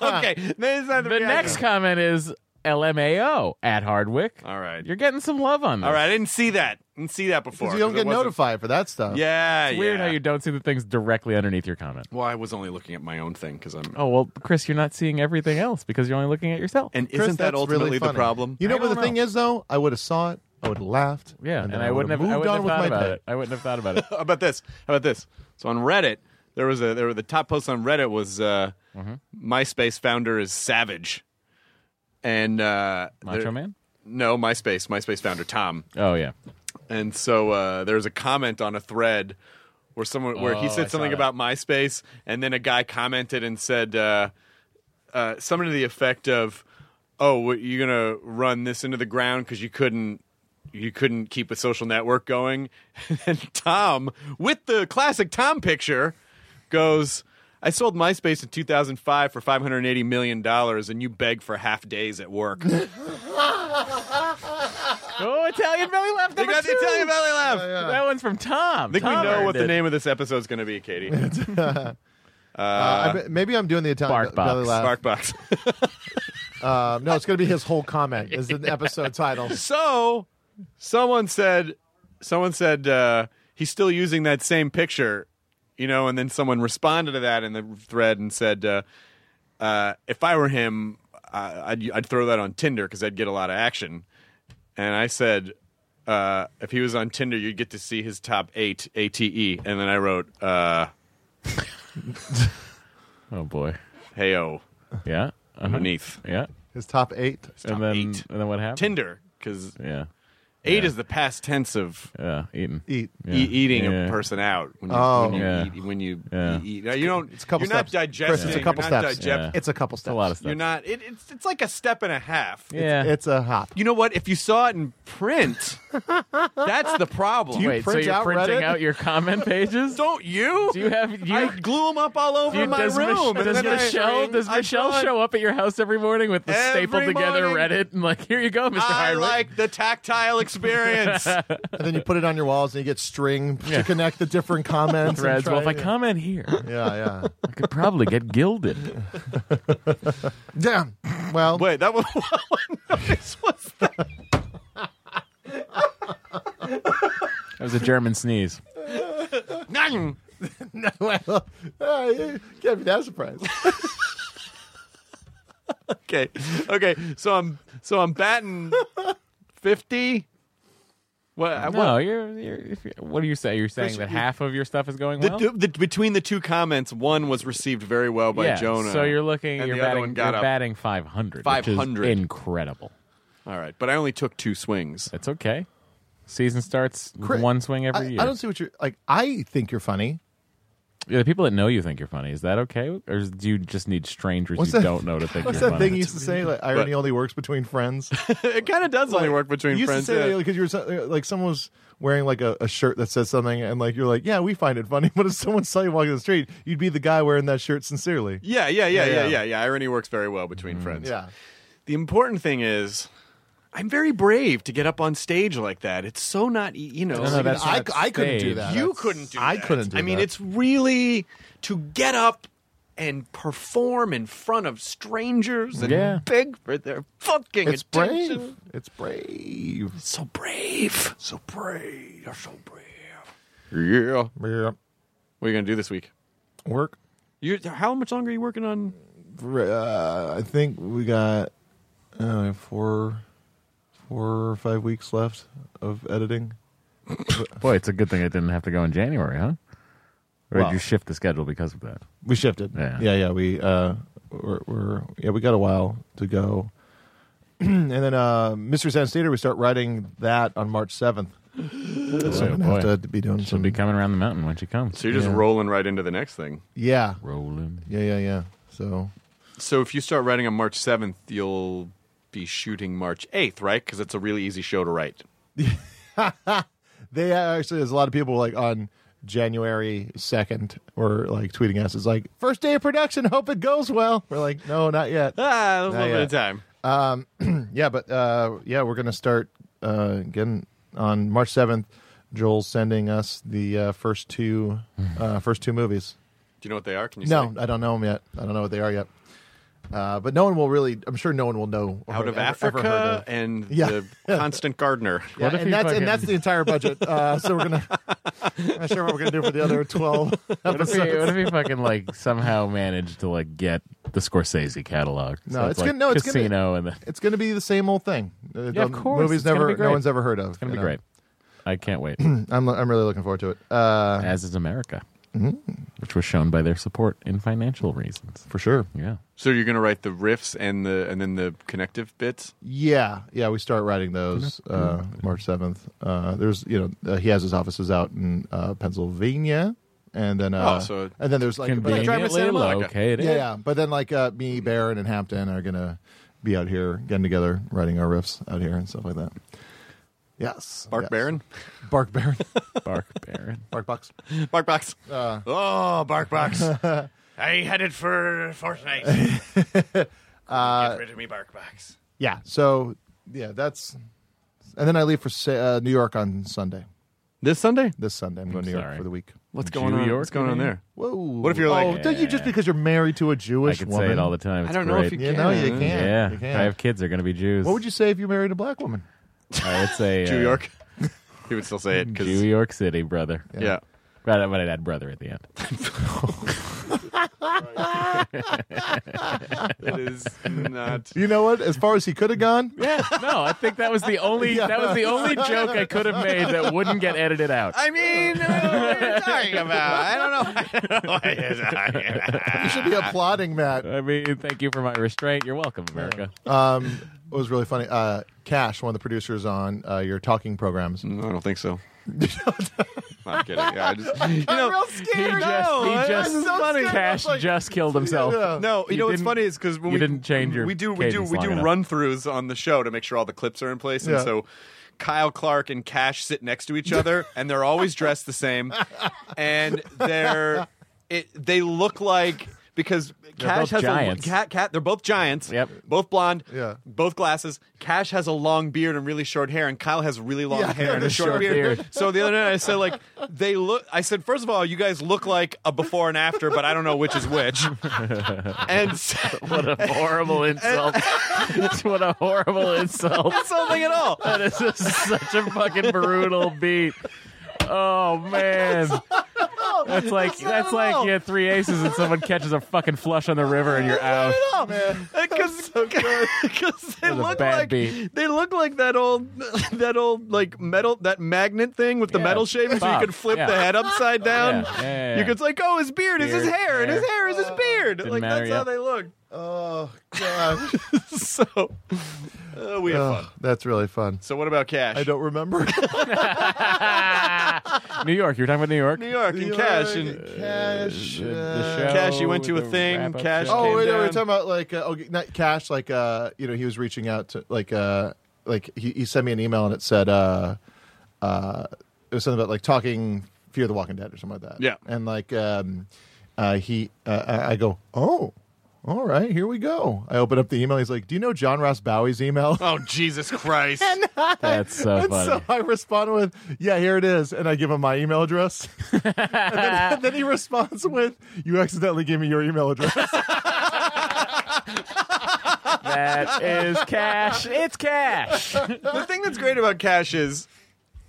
D: Okay, this is not the,
G: The
D: reaction.
G: next comment is LMAO at Hardwick.
D: All right.
G: You're getting some love on this.
D: All right, I didn't see that. Didn't see that before.
F: you don't
D: 'cause it
F: get
D: wasn't-
F: notified for that stuff.
D: Yeah,
G: It's weird
D: yeah.
G: how you don't see the things directly underneath your comment.
D: Well, I was only looking at my own thing because I'm.
G: Oh well, Chris, you're not seeing everything else because you're only looking at yourself.
D: and
F: Chris,
D: isn't that
F: that's really
D: ultimately the
F: funny.
D: problem?
F: You know,
G: I
F: but the
G: don't
F: thing
G: know.
F: is, though, I would have saw it. I would have laughed.
G: yeah, and,
F: then
G: I wouldn't have.
F: moved
G: I wouldn't
F: on
G: have
F: with
G: thought
F: my
G: about
F: pay.
G: it. I wouldn't have thought about it.
D: How about this? How about this? So on Reddit, there was a there were the top post on Reddit was uh, MySpace founder is savage, and uh,
G: Macho
D: there-
G: Man.
D: No, MySpace MySpace founder Tom.
G: Oh yeah.
D: And so uh, there was a comment on a thread where someone where
G: Oh,
D: he
G: I
D: said
G: saw
D: something
G: that.
D: about MySpace, and then a guy commented and said uh, uh, something to the effect of, "Oh, what, you gonna run this into the ground because you couldn't." You couldn't keep a social network going, and Tom, with the classic Tom picture, goes, "I sold MySpace in 2005 for 580 million dollars, and you beg for half days at work." they
G: Oh, Italian belly laugh. number
D: got the
G: two!
D: Italian belly laugh.
G: That one's from Tom.
D: I think we know what the name of this episode is going to be, Katie.
F: Uh, I bet- maybe I'm doing the Italian
G: Bark
F: be- belly
G: box.
F: laugh.
D: Bark box.
F: Uh, no, it's going to be his whole comment. Is the episode title?
D: so, someone said, someone said uh, he's still using that same picture, you know. And then someone responded to that in the thread and said, uh, uh, "If I were him, I, I'd, I'd throw that on Tinder because I'd get a lot of action." And I said, uh, "If he was on Tinder, you'd get to see his top eight ATE." And then I wrote, uh,
G: Oh boy.
D: "Hey oh."
G: Yeah. Uh-huh.
D: underneath.
G: Yeah.
F: His top eight.
G: and then and then what happened?
D: Tinder, because
G: yeah,
D: eight is the past tense of
G: yeah, eating,
F: eat,
G: Yeah.
D: e-, eating
G: Yeah.
D: a person out. When you,
F: Oh.
D: when you
G: Yeah.
D: eat, when you,
G: Yeah.
D: eat, now you don't.
F: It's a couple
D: you're
F: steps.
D: not digesting.
F: Chris, it's a couple
D: you're not
F: steps.
D: digest-
G: Yeah.
F: It's a couple steps.
G: a lot of stuff.
D: You're not. It, it's it's like a step and a half.
G: yeah.
F: It's a hop.
D: You know what? If you saw it in print, that's the problem.
F: Do you
G: Wait, so
F: print
G: you're
F: out
G: printing
F: Reddit?
G: out your comment pages?
D: Don't you?
G: Do you have do you?
D: I glue them up all over
G: do you-
D: my
G: does Mich-
D: room. and
G: does
D: then I-
G: Michelle, does
D: I
G: Michelle
D: thought,
G: show up at your house every morning with the
D: Every
G: stapled together
D: morning.
G: Reddit and like, here you go, Mr.
D: I
G: Hardwick.
D: like the tactile experience.
F: And then you put it on your walls and you get string to connect the different comments. and
G: threads.
F: try
G: Well, if I
F: to-
G: comment here,
F: Yeah, yeah.
G: I could probably get gilded.
F: Damn. Well,
D: Wait, that was what notice was that?
G: That was a German sneeze.
D: Nang.
F: well, uh, you can't be that surprised.
D: Okay, okay. So I'm so I'm batting fifty. What? I-
G: No,
D: what
G: you're, you're, if you what do you say? You're saying that half of your stuff is going
D: the,
G: well.
D: the, between the two comments, one was received very well by
G: yeah,
D: Jonah.
G: So you're looking,
D: and
G: you're
D: the other
G: batting,
D: one got
G: you're
D: up.
G: batting 500.
D: 500.
G: Which is incredible.
D: All right, but I only took two swings.
G: That's okay. Season starts with
F: Cri-
G: one swing every
F: I,
G: year.
F: I don't see what you're like. I think you're funny.
G: Yeah, the people that know you think you're funny. Is that okay, or is- do you just need strangers
F: What's
G: you
F: that-
G: don't know to think
F: What's
G: you're
F: that
G: funny?
F: thing you used to say? Like irony
D: What?
F: only works between friends.
D: it kind of does only work between
F: you used
D: friends.
F: to say
D: yeah.
F: because you were so- like someone was wearing like a, a shirt that says something, and like you're like, yeah, we find it funny. But if someone saw you walking the street, you'd be the guy wearing that shirt sincerely.
D: yeah, yeah, yeah,
F: Yeah,
D: yeah,
F: yeah.
D: yeah, yeah, Irony works very well between
G: Mm-hmm.
D: friends.
F: Yeah.
D: The important thing is, I'm very brave to get up on stage like that. It's so not, e- you know.
G: No, no,
F: Even
G: that's
F: I,
G: not
F: I couldn't do
G: staged.
F: that.
D: you
F: That's-
D: couldn't do
F: I
D: that.
F: couldn't do
D: I mean,
F: that.
D: it's really to get up and perform in front of strangers and
G: Yeah.
D: beg for their fucking
F: it's
D: attention.
F: brave. It's brave.
D: It's so brave. So brave. You're so brave. Yeah.
F: Yeah.
D: What are you going to do this week?
F: Work.
D: You, how much longer are you working on?
F: Uh, I think we got uh, four, four or five weeks left of editing.
G: Boy, it's a good thing I didn't have to go in January, huh? Or
F: Well-
G: did you shift the schedule because of that?
F: We shifted.
G: Yeah.
F: yeah, yeah. We uh, we're, we're yeah, we got a while to go, and then uh, Mr. Sand Theater, we start writing that on March seventh. So
G: oh
F: we
G: boy.
F: have to be doing
G: She'll
F: some.
G: be coming around the mountain when she comes.
D: So you're just
F: Yeah.
D: rolling right into the next thing.
F: yeah,
G: Rolling.
F: yeah, yeah, yeah. So
D: So if you start writing on March 7th, you'll be shooting March 8th, right? Because it's a really easy show to write.
F: they actually there's a lot of people like on January second were like tweeting us. It's like first day of production. Hope it goes well. We're like, no, not yet.
D: Ah, a
F: Not
D: little bit
F: yet.
D: of time.
F: Yeah, but uh, yeah, we're gonna start uh, again on March seventh. Joel's sending us the uh, first two
G: Mm-hmm.
F: uh, first two movies.
D: Do you know what they are? Can you
F: No,
D: say?
F: I don't know them yet. I don't know what they are yet. Uh, but no one will really. I'm sure no one will know. or
D: Out of
F: ever- ever
D: Africa
F: heard of.
D: and
F: Yeah.
D: the Constant Gardener.
F: Yeah,
G: if
F: and
G: you
F: that's
G: fucking-
F: and that's the entire budget. Uh, so we're gonna. I'm not sure what we're gonna do for the other twelve
G: What if, he, what if he fucking like somehow managed to like get the Scorsese catalog?
F: No, it's
G: like
F: gonna- no, it's gonna-
G: casino and the, it's
F: it's going to be the same old thing. Uh,
G: Yeah, of
F: the
G: course,
F: Movies
G: it's gonna
F: never,
G: be great.
F: no one's ever heard of. It's
G: gonna be great. I can't wait.
F: I'm, I'm really looking forward to it. Uh,
G: As is America,
F: mm-hmm.
G: which was shown by their support in financial reasons.
F: for sure.
G: Yeah.
D: So you're going to write the riffs and the and then the connective bits?
F: Yeah, yeah. We start writing those
G: Mm-hmm.
F: uh, March seventh. Uh, there's, you know, uh, he has his offices out in uh, Pennsylvania, and then, uh,
D: Oh, so-
F: and then there's like, but like driving to
G: Conveniently
F: Santa Monica.
G: located.
F: Yeah, yeah. But then like uh, me, Barron, and Hampton are gonna be out here getting together, writing our riffs out here and stuff like that. Yes,
D: Bark
F: yes.
D: Baron?
F: Bark Baron,
G: Bark Baron.
F: Bark Bucks.
D: Bark Box. oh, Bark Box. I headed for Fortnite. Get rid of me, Bark Box.
F: Yeah. So yeah, that's, and then I leave for Sa- uh, New York on Sunday.
D: This Sunday?
F: This Sunday, I'm going to New York
G: sorry.
F: for the week.
D: What's going
G: New
D: on?
G: York,
D: What's going on
G: maybe?
D: there?
F: Whoa!
D: What if you're like-
F: oh, don't you just because you're married to a
G: I
F: Jewish
G: can
F: woman?
G: say it all the time.
D: I
G: It's
D: don't know if
G: great.
D: you
F: You know you
D: Yeah.
F: can.
G: Yeah,
F: you
G: if I have
F: can.
G: kids. They're going to be Jews.
F: What would you say if you married a black woman?
G: I would say
D: New
G: uh,
D: York? he would still say it. 'cause-
G: New York City, brother.
D: yeah.
G: But, but I'd add brother at the end.
D: That is not.
F: You know what? As far as he could have gone,
G: yeah. No, I think that was the only that was the only joke I could have made that wouldn't get edited out.
D: I mean, what are you talking about? I don't know.
F: you should be applauding Matt.
G: I mean, thank you for my restraint. You're welcome, America.
D: Uh,
F: Um, it was really funny. Uh, Cash, one of the producers on uh, your talking programs.
D: No, I don't think so. I'm kidding. Yeah, I just, you
F: I'm
D: know,
F: real
G: He
F: scared.
G: just,
D: No,
G: he
D: that's
G: just
D: so funny.
G: Cash
D: Like-
G: just killed himself.
F: Yeah.
D: No, you,
G: You
D: know what's
G: didn't-
D: funny is because when
G: you
D: we
G: didn't change your
D: we do we do
G: cadence
D: we do
G: long enough.
D: run throughs on the show to make sure all the clips are in place,
F: Yeah.
D: and so Kyle Clark and Cash sit next to each other, and they're always dressed the same, and they're it they look like because Cash
G: both
D: has
G: giants.
D: a cat cat they're both giants,
G: Yep.
D: both blonde,
F: Yeah.
D: both glasses. Cash has a long beard and really short hair, and Kyle has really long
F: Yeah,
D: hair and a
G: and
D: short,
G: short
D: beard.
G: beard.
D: So the other night I said like they look. I said first of all, you guys look like a before and after, but I don't know which is which. And s-
G: What a horrible insult! what a horrible insult!
D: something at all.
G: That is just such a fucking brutal beat. Oh man. That's like that's like you had three aces and someone catches a fucking flush on the river and you're out.
D: Because they
G: was a
D: look
G: bad
D: like
G: beat.
D: they look like that old that old like metal that magnet thing with the
G: Yeah.
D: metal shavings where
G: Bob,
D: you could flip
G: yeah.
D: the head upside down.
G: Yeah, yeah, yeah.
D: You could it's like, oh, his beard, is his
G: Beard,
D: hair, and his hair is his beard. like
G: matter,
D: that's
G: yeah.
D: how they look.
F: Oh gosh,
D: So uh, we have fun.
F: Oh, that's really fun.
D: So what about Cash?
F: I don't remember.
G: New York, you were talking about New York?
D: New York and Cash and
F: cash.
G: The-
F: uh,
G: the show,
D: Cash, you went to a
G: the
D: thing,
G: wrap-up
D: Cash
G: show.
F: Oh
D: came
F: wait, no, we're
D: down.
F: talking about like uh, okay, not cash. Like uh, you know, he was reaching out to like uh, like he, he sent me an email and it said uh, uh, it was something about like talking Fear the Walking Dead or something like that.
D: Yeah.
F: and like um, uh, he, uh, I, I go, oh, all right, here we go. I open up the email. He's like, do you know John Ross Bowie's email?
D: Oh Jesus Christ!
G: That's so
F: and
G: funny.
F: so I respond with, "Yeah, here it is," and I give him my email address. and, then, and then he responds with, "You accidentally gave me your email address."
G: that is Cash. It's Cash.
D: the thing that's great about Cash is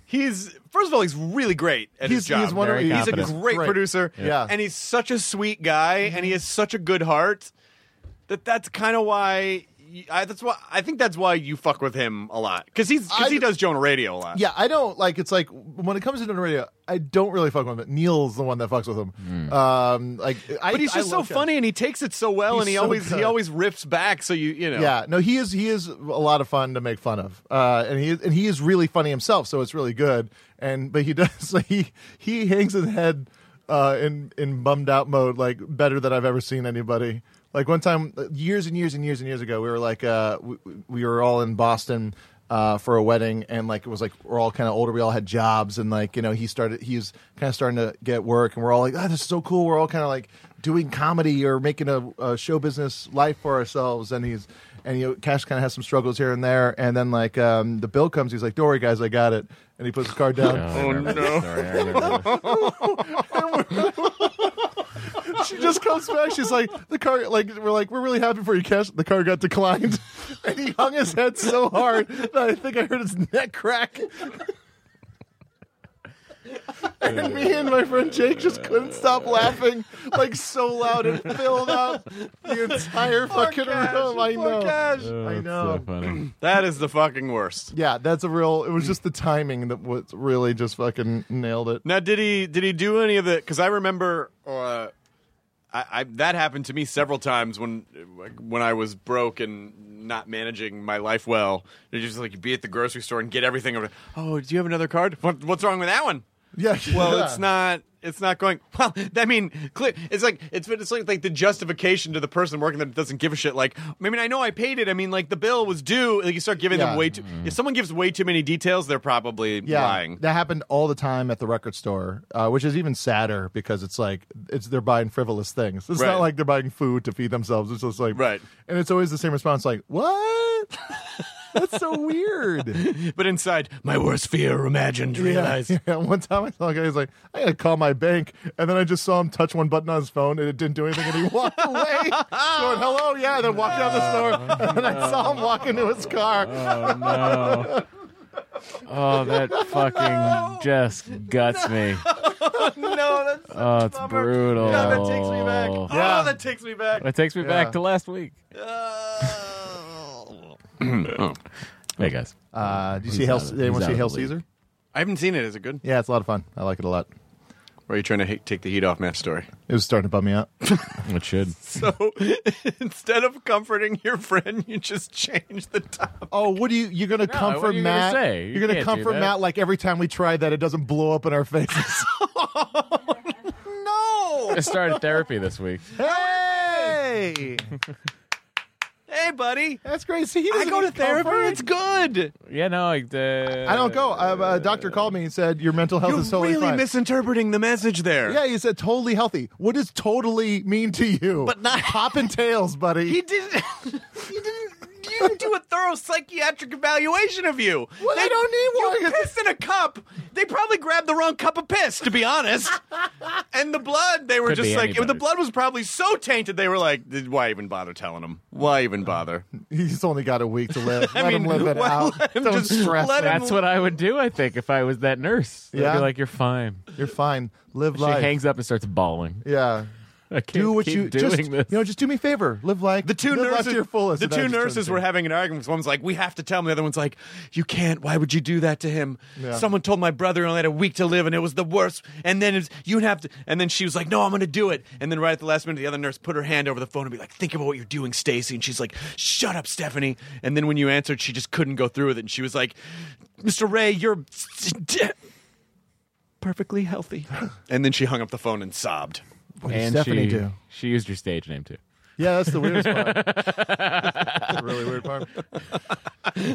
D: he's first of all he's really great at his
F: He's-
D: job.
F: he's one of-
G: Very
D: he's a
G: competent.
D: great,
F: Great.
D: producer.
F: Yeah.
D: and he's such a sweet guy, and he has such a good heart that that's kind of why. y- I, that's why I think that's why you fuck with him a lot because he's because he
F: I-
D: does Jonah Radio a lot.
F: Yeah, I don't like. It's like when it comes to the radio, I don't really fuck with him. Neil's the one that fucks with him. Um, like, I,
D: but he's
F: I
D: just so
F: love Kevin.
D: funny, and he takes it so well,
F: He's
D: and he
F: so
D: always
F: good.
D: he always riffs back. So you you know
F: Yeah, no, he is he is a lot of fun to make fun of, uh, and he and he is really funny himself, so it's really good. And but he does like, he he hangs his head uh, in in bummed out mode like better than I've ever seen anybody. Like one time, uh, years and years and years and years ago, we were like uh, we, we were all in Boston. Uh, for a wedding, and like it was like we're all kind of older, we all had jobs, and like you know he started, he was kind of starting to get work, and we're all like, oh, this is so cool. We're all kind of like doing comedy or making a, a show business life for ourselves, and he's and you know, Cash kind of has some struggles here and there. And then like um, the bill comes, he's like, "Don't worry, guys, I got it." And he puts his card down.
G: Oh, no.
F: she just comes back. She's like, "The car, like we're like we're really happy for you, Cash." The car got declined, and he hung his head so hard that I think I heard his neck crack. And me and my friend Jake just couldn't stop laughing, like so loud it filled out the entire fucking room. I know, I know.
D: that is the fucking worst.
F: Yeah, that's a real. It was just the timing that was really just fucking nailed it.
D: Now, did he did he do any of the? Because I remember, uh, I, I that happened to me several times when when I was broke and not managing my life well. You're just like you be at the grocery store and get everything over. Oh, do you have another card? What, what's wrong with that one?
F: Yeah.
D: Well,
F: yeah.
D: it's not. It's not going well. I mean, clear. It's like it's it's like, like the justification to the person working that doesn't give a shit. Like, I mean, I know I paid it. I mean, like the bill was due. Like you start giving
F: Yeah.
D: them way too. If someone gives way too many details, they're probably
F: Yeah,
D: lying.
F: that happened all the time at the record store, uh, which is even sadder because it's like it's they're buying frivolous things. It's
D: Right.
F: not like they're buying food to feed themselves. It's just like
D: Right.
F: and it's always the same response, like what? That's so weird.
D: But inside, my worst fear imagined realized.
F: Yeah, yeah. One time I saw a guy. He's like, I gotta call my bank, and then I just saw him touch one button on his phone, and it didn't do anything, and he walked away, going, "Hello, yeah." Then walked out the store, and then I saw him walk into his car.
G: Oh no. Oh, that fucking just guts me.
D: no, that's
G: Oh, it's brutal.
D: Oh. God, that takes me back. Oh,
F: Yeah.
D: that takes me back.
G: It takes me back to last week.
D: Oh.
G: Hey guys.
F: Uh, do you
G: He's
F: see Hail?
G: out of-
F: Anyone
G: he's out
F: see
G: of
F: Hail
G: the league.
F: Caesar?
D: I haven't seen it. Is it good?
F: Yeah, it's a lot of fun. I like it a lot.
D: Or are you trying to ha- take the heat off Matt's story?
F: It was starting to bum me out.
G: it should.
D: So instead of comforting your friend, you just change the topic.
F: Oh, what do you? You're gonna
D: No,
F: comfort
D: what are you gonna
F: Matt.
D: say? You
F: are gonna
D: can't do
F: comfort
D: that.
F: Matt like every time we try that, it doesn't blow up in our faces.
D: No.
G: I started therapy this week.
F: hey,
D: hey, buddy.
F: that's great. See, he
D: I
F: doesn't
D: go to
F: need
D: therapy.
F: comfort.
D: It's good.
G: Yeah, no, I, uh,
F: I don't go. I, a doctor called me and said your mental health
D: You're
F: is totally
D: really
F: fine.
D: misinterpreting the message there.
F: yeah, he said totally healthy. What does totally mean to you?
D: But not-
F: popping tails, buddy.
D: He didn't. he didn't. You didn't do a thorough psychiatric evaluation of you.
F: Well, I don't need
D: You
F: one.
D: pissed in a cup. They probably grabbed the wrong cup of piss, to be honest. and the blood, they were
G: Could
D: just
G: be
D: like
G: anybody.
D: the blood was probably so tainted. They were like, "Th- why even bother telling him? Why even bother?
F: He's only got a week to live.
D: I
F: let him
D: mean,
F: live it
D: well,
F: out.
D: let him
F: Don't
D: just
F: stress.
D: let
F: it.
D: him-
G: That's what I would do, I think, if I was that nurse. I'd
F: Yeah?
G: be like, you're fine.
F: You're fine. Live
G: She
F: life.
G: hangs up and starts bawling.
F: yeah.
G: I can't
F: do what
G: keep
F: you
G: doing
F: just
G: this.
F: you know. Just do me a favor. Live like
D: The two
F: live life
D: nurses,
F: to your fullest.
D: the
F: And I
D: two
F: just turned
D: nurses
F: to
D: were
F: him.
D: having an argument. 'cause One's like, "We have to tell him." The other one's like, "You can't. Why would you do that to him?"
F: Yeah.
D: Someone told my brother I only had a week to live, and it was the worst. And then it's, you have to. And then she was like, "No, I'm going to do it." And then right at the last minute, the other nurse put her hand over the phone and be like, "Think about what you're doing, Stacy." And she's like, "Shut up, Stephanie." And then when you answered, she just couldn't go through with it, and she was like, "Mr. Ray, you're." Perfectly healthy, and then she hung up the phone and sobbed.
F: What did
G: and
F: Stephanie
G: she,
F: do?
G: she used your stage name, too.
F: Yeah, that's the weirdest part. That's the really weird part.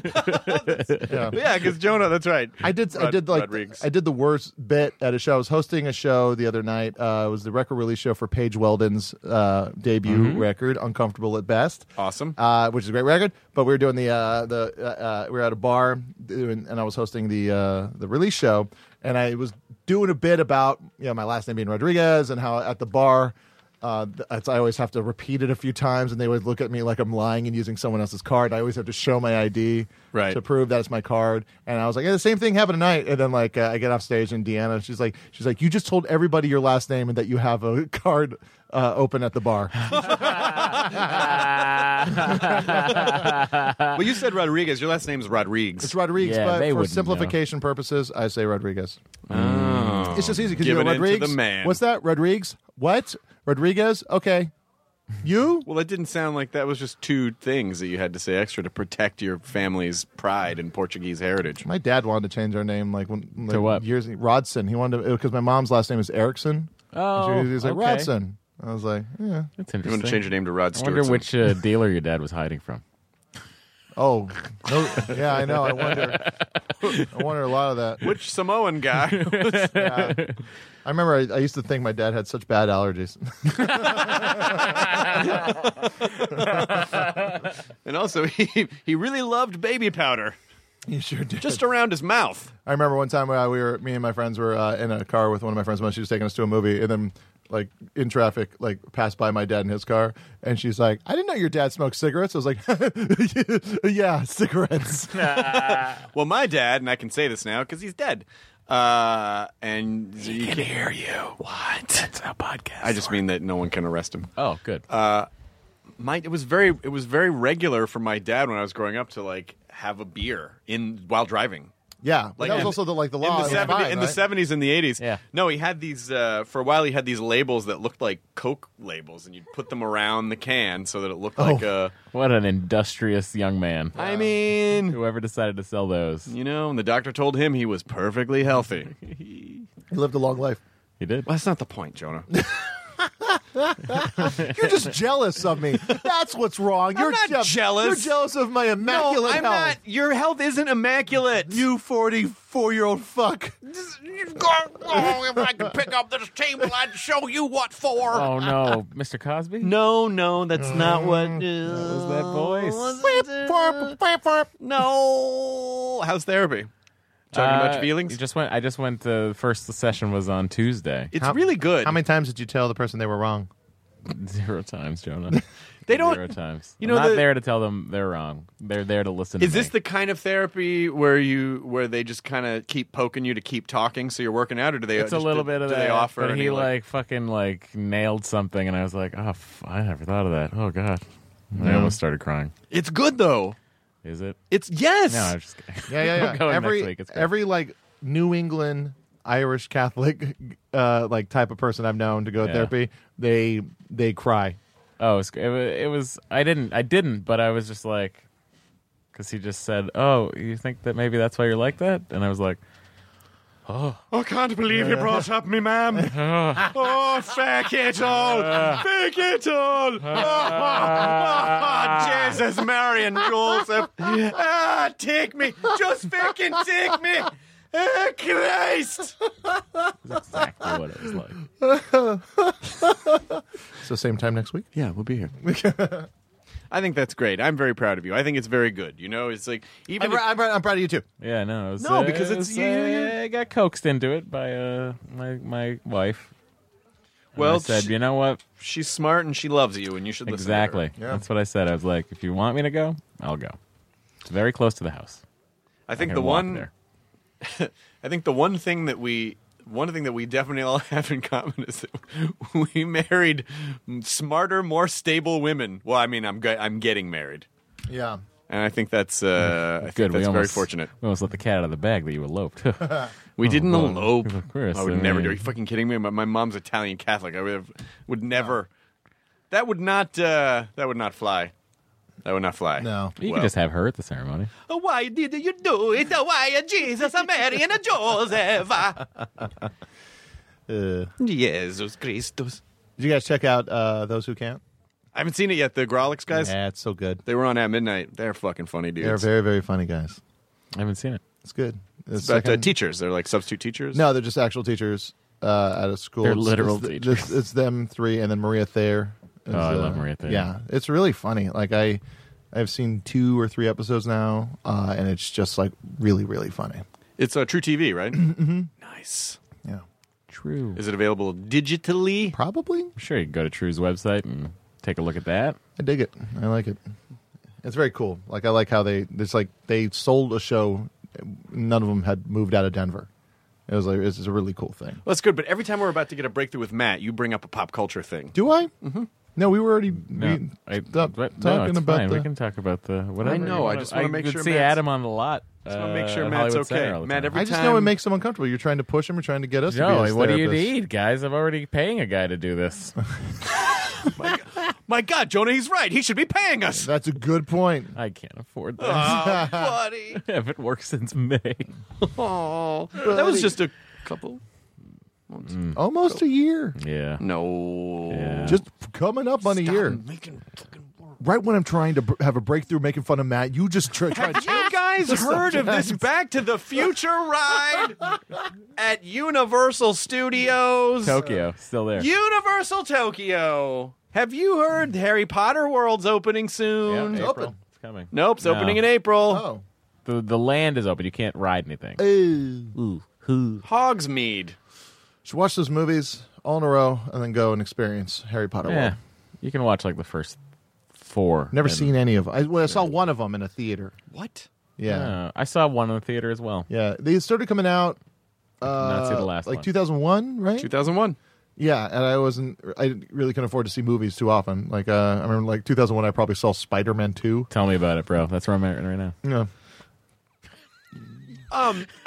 F: yeah.
D: Yeah, because Jonah, that's right.
F: I did. I
D: Rod-
F: did like.
D: Rodriguez.
F: I did the worst bit at a show. I was hosting a show the other night. Uh, it was the record release show for Paige Weldon's uh, debut record, "Uncomfortable at Best."
D: Mm-hmm. Awesome.
F: uh, which is a great record. But we were doing the uh, the uh, uh, we were at a bar doing, and I was hosting the uh, the release show, and I was doing a bit about you know my last name being Rodriguez and how at the bar. Uh, th- it's- I always have to repeat it a few times, and they would look at me like I'm lying and using someone else's card. I always have to show my ID
D: Right.
F: to prove that's my card. And I was like, yeah, the same thing happened tonight. And then like uh, I get off stage, and Deanna, she's like, she's like, you just told everybody your last name and that you have a card uh, open at the bar. Oh,
D: Well, you said Rodriguez. Your last name's Rodriguez.
F: It's Rodriguez,
G: Yeah,
F: but
G: they
F: for
G: wouldn't
F: simplification purposes, I say Rodriguez. It's just easy because
D: Give
F: you're
D: Oh. it into
F: Rodriguez.
D: the man.
F: What's that? Rodriguez? What? Rodriguez? Okay. You?
D: Well, it didn't sound like that was just two things that you had to say extra to protect your family's pride and Portuguese heritage.
F: My dad wanted to change our name like when like
G: To what?
F: years Rodson. He wanted to because my mom's last name is Erickson.
G: Oh,
F: he's like
G: okay.
F: Rodson. I was like, yeah.
G: That's
D: You
G: interesting.
D: want to change your name to Rod
G: I
D: Stewart?
G: wonder which uh, dealer your dad was hiding from.
F: Oh, no, yeah, I know. I wonder. I wonder a lot of that.
D: which Samoan guy?
F: I remember I, I used to think my dad had such bad allergies.
D: and also, he he really loved baby powder,
F: he sure did.
D: just around his mouth.
F: I remember one time uh, we were, me and my friends were uh, in a car with one of my friends. She was taking us to a movie, and then like in traffic, like passed by my dad in his car, and she's like, "I didn't know your dad smoked cigarettes." I was like, "Yeah, cigarettes."
D: Well, my dad, and I can say this now because he's dead. Uh, and he can hear you. What? It's a podcast. I just mean that no one can arrest him.
G: Oh, good.
D: Uh, my it was very it was very regular for my dad when I was growing up to like have a beer in while driving.
F: yeah, but that was
D: in-
F: also the like the
D: in
F: law
D: the,
F: it was
D: 70
F: fine,
D: in the
F: right?
D: 70s and the 80s.
G: Yeah.
D: No, he had these uh, for a while he had these labels that looked like Coke labels and you'd put them around the can so that it looked like a
G: what an industrious young man.
D: I mean,
G: Whoever decided to sell those.
D: you know, and the doctor told him he was perfectly healthy.
F: He lived a long life.
G: He did.
D: Well, that's not the point, Jonah.
F: You're just jealous of me. That's what's wrong. You're
D: not
F: jealous.
D: jealous.
F: You're jealous of my immaculate
D: no, I'm
F: health.
D: not. Your health isn't immaculate.
F: You forty-four-year-old fuck.
D: oh, if I could pick up this table, I'd show you what for.
G: Oh, no. Mr. Cosby?
D: No, no, that's
G: Oh.
D: not what.
G: that voice?
D: No. How's therapy? Talking
G: Uh,
D: about your feelings?
G: you Just went, I just went, the first session was on Tuesday.
D: it's really good.
F: How many times did you tell the person they were wrong?
G: Zero times, Jonah.
D: They don't-
G: Zero times.
D: you
G: You
D: know,
G: know, I'm not
D: the-
G: there to tell them they're wrong. They're there to listen.
D: Is
G: to me.
D: this the kind of therapy where you where they just kind of keep poking you to keep talking so you're working out, or do they?
G: It's a
D: just-
G: little bit of
D: do
G: that.
D: They offer
G: but
D: any,
G: he
D: like-
G: like, fucking like nailed something, and I was like, oh, f- I never thought of that. Oh god, I
D: Yeah.
G: almost started crying.
D: It's good though.
G: Is it?
D: It's yes.
G: No, I'm just kidding.
F: Yeah, yeah,
G: I'm
F: yeah.
G: going
F: every
G: next week. It's great.
F: every like New England Irish Catholic uh, like type of person I've known to go to
G: Yeah.
F: therapy, they they cry.
G: Oh, it was, it wa- it was. I didn't. I didn't. But I was just like, because he just said, "Oh, you think that maybe that's why you're like that?" And I was like, "Oh,
D: I can't believe you brought up me, ma'am. oh, fuck it all. fuck it all. Oh, oh, oh, Jesus, Mary, and Joseph. Ah, take me. Just fucking take me. Ah, Christ.
G: exactly what it was like."
F: So same time next week.
D: Yeah, we'll be here. I think that's great. I'm very proud of you. I think it's very good. You know, it's like even
F: I'm, pr- I'm, pr- I'm proud of you too.
G: Yeah, no, it was,
D: No,
G: uh,
D: because
G: it
D: it's-
G: was,
D: you- you-
G: uh, I got coaxed into it by uh my my wife. And
D: Well,
G: I said,
D: sh-
G: you know what?
D: if she's smart and she loves you, and you should listen. to her."
G: Exactly. That's what I said. I was like, if you want me to go, I'll go. It's very close to the house.
D: I think
G: can
D: the
G: walk
D: one.
G: there.
D: I think the one thing that we one thing that we definitely all have in common is that we married smarter, more stable women. Well, I mean, I'm ge- I'm getting married,
F: Yeah.
D: and I think that's uh, I think
G: Good.
D: that's very
G: we almost,
D: fortunate.
G: We almost let the cat out of the bag that you eloped.
D: We didn't
G: well,
D: elope.
G: of course,
D: I would
G: I
D: never
G: mean-
D: do. Are you fucking kidding me? My, my mom's Italian Catholic. I would, have, would never. That would not. Uh, that would not fly. That would not fly.
F: No.
G: you
D: Well.
G: can just have her at the ceremony.
D: Oh, Why did you do it? Oh, Why Jesus, a Mary, and a Joseph?
F: Uh,
D: Jesus Christus.
F: did you guys check out uh, those who can't?
D: I haven't seen it yet. The Grolix guys.
F: Yeah, it's so good.
D: They were on at midnight. They're fucking funny dudes.
F: They're very very funny guys.
G: I haven't seen it.
F: It's good. The
D: It's about uh,
F: second-
D: teachers. They're like substitute teachers.
F: No, they're just actual teachers uh, at a school.
G: They're
F: It's-
G: literal
F: it's, th-
G: teachers.
F: It's, it's them three, and then Maria Thayer. is, uh,
G: Oh, I love Maria Thayer.
F: Yeah, it's really funny. Like I, I've seen two or three episodes now, uh, and it's just like really, really funny.
D: It's uh, True TV, right? mm-hmm. Nice.
F: Yeah,
G: True.
D: Is it available digitally?
F: probably.
G: I'm sure you can go to True's website and take a look at that.
F: I dig it. I like it. It's very cool. Like I like how they. It's like they sold a show. None of them had moved out of Denver. It was like it's a really cool thing.
D: Well, that's good. But every time we're about to get a breakthrough with Matt, you bring up a pop culture thing.
F: Do I? Mm-hmm. No, we were already
G: No,
F: we
G: I,
F: stopped
G: but- no,
F: talking
G: it's
F: about
G: fine.
F: the-
G: We can talk about the whatever.
D: know,
G: you
D: I
G: wanna-
D: just wanna make
G: could
D: sure
G: see
D: Matt's-
G: Adam on the lot.
D: Just wanna make
G: uh,
D: sure
G: at
D: Matt's
G: Hollywood
D: okay.
G: Center all the
D: Matt,
G: time.
D: every
F: I just know it
D: time-
F: makes him uncomfortable. You're trying to push him. You're trying to get us. to
G: No,
F: be his
G: what do you
F: therapist.
G: need, guys? I'm already paying a guy to do this.
D: My God, Jonah, he's right. He should be paying us.
F: That's a good point.
G: I can't afford this.
D: Oh, buddy.
G: I haven't worked since May.
D: Oh, that was just a couple.
G: Hmm.
F: Almost a year.
G: Yeah.
D: No.
G: Yeah.
F: Just coming up on a year.
D: Making fucking work.
F: Right when I'm trying to br- have a breakthrough, making fun of Matt, you just try. try
D: Have you guys heard of this Back to the Future ride at Universal Studios?
G: Tokyo, still there.
D: Universal Tokyo. Have you heard Harry Potter World's opening
G: Yeah,
D: soon?
G: April.
F: open.
G: It's coming.
D: Nope, it's
G: No.
D: opening in April.
F: oh,
G: The, the land is open. You can't ride anything.
D: Oh. Hogsmeade.
F: should watch those movies all in a row and then go and experience Harry Potter.
G: Yeah.
F: World.
G: You can watch like the first four.
F: Never
G: and-
F: seen any of. 'em. I, well, I saw one of them in a theater.
D: What?
F: Yeah,
G: Uh, I saw one in the theater as well.
F: yeah. They started coming out. Uh,
G: not see the last
F: like
G: one.
F: 2001, right?
D: 2001.
F: Yeah, and I wasn't. I really couldn't afford to see movies too often. Like uh, I remember, like 2001, I probably saw Spider Man 2.
G: Tell me about it, bro. That's where I'm at right now.
F: Yeah.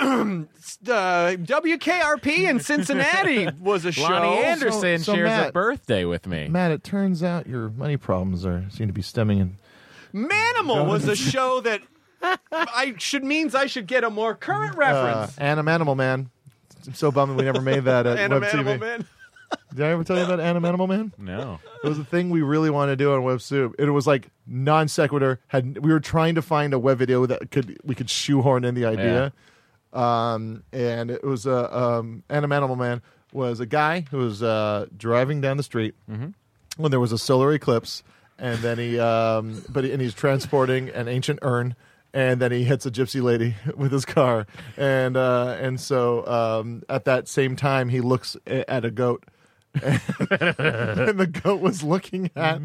D: Uh, WKRP in Cincinnati was a show.
G: Lonnie Anderson
F: so
G: shares
F: Matt-
G: a birthday with me.
F: Matt, it turns out your money problems are seem to be stemming in.
D: Manimal was a show that I should means I should get a more current
F: Uh,
D: reference.
F: Anim Animal Man. I'm so bummed we never made that at
D: Anim
F: Web
D: Animal
F: TV.
D: Man.
F: Did I ever tell you about Anim Animal Man?
G: No.
F: It was a thing we really wanted to do on Web Soup. It was like non sequitur. Had we were trying to find a web video that could we could shoehorn in the idea, um, and it was a um, Anim Animal Man was a guy who was uh, driving down the street when there was a solar eclipse, and then he um, but he, and he's transporting an ancient urn, and then he hits a gypsy lady with his car, and uh, and so um, at that same time he looks a- at a goat. and the goat was looking at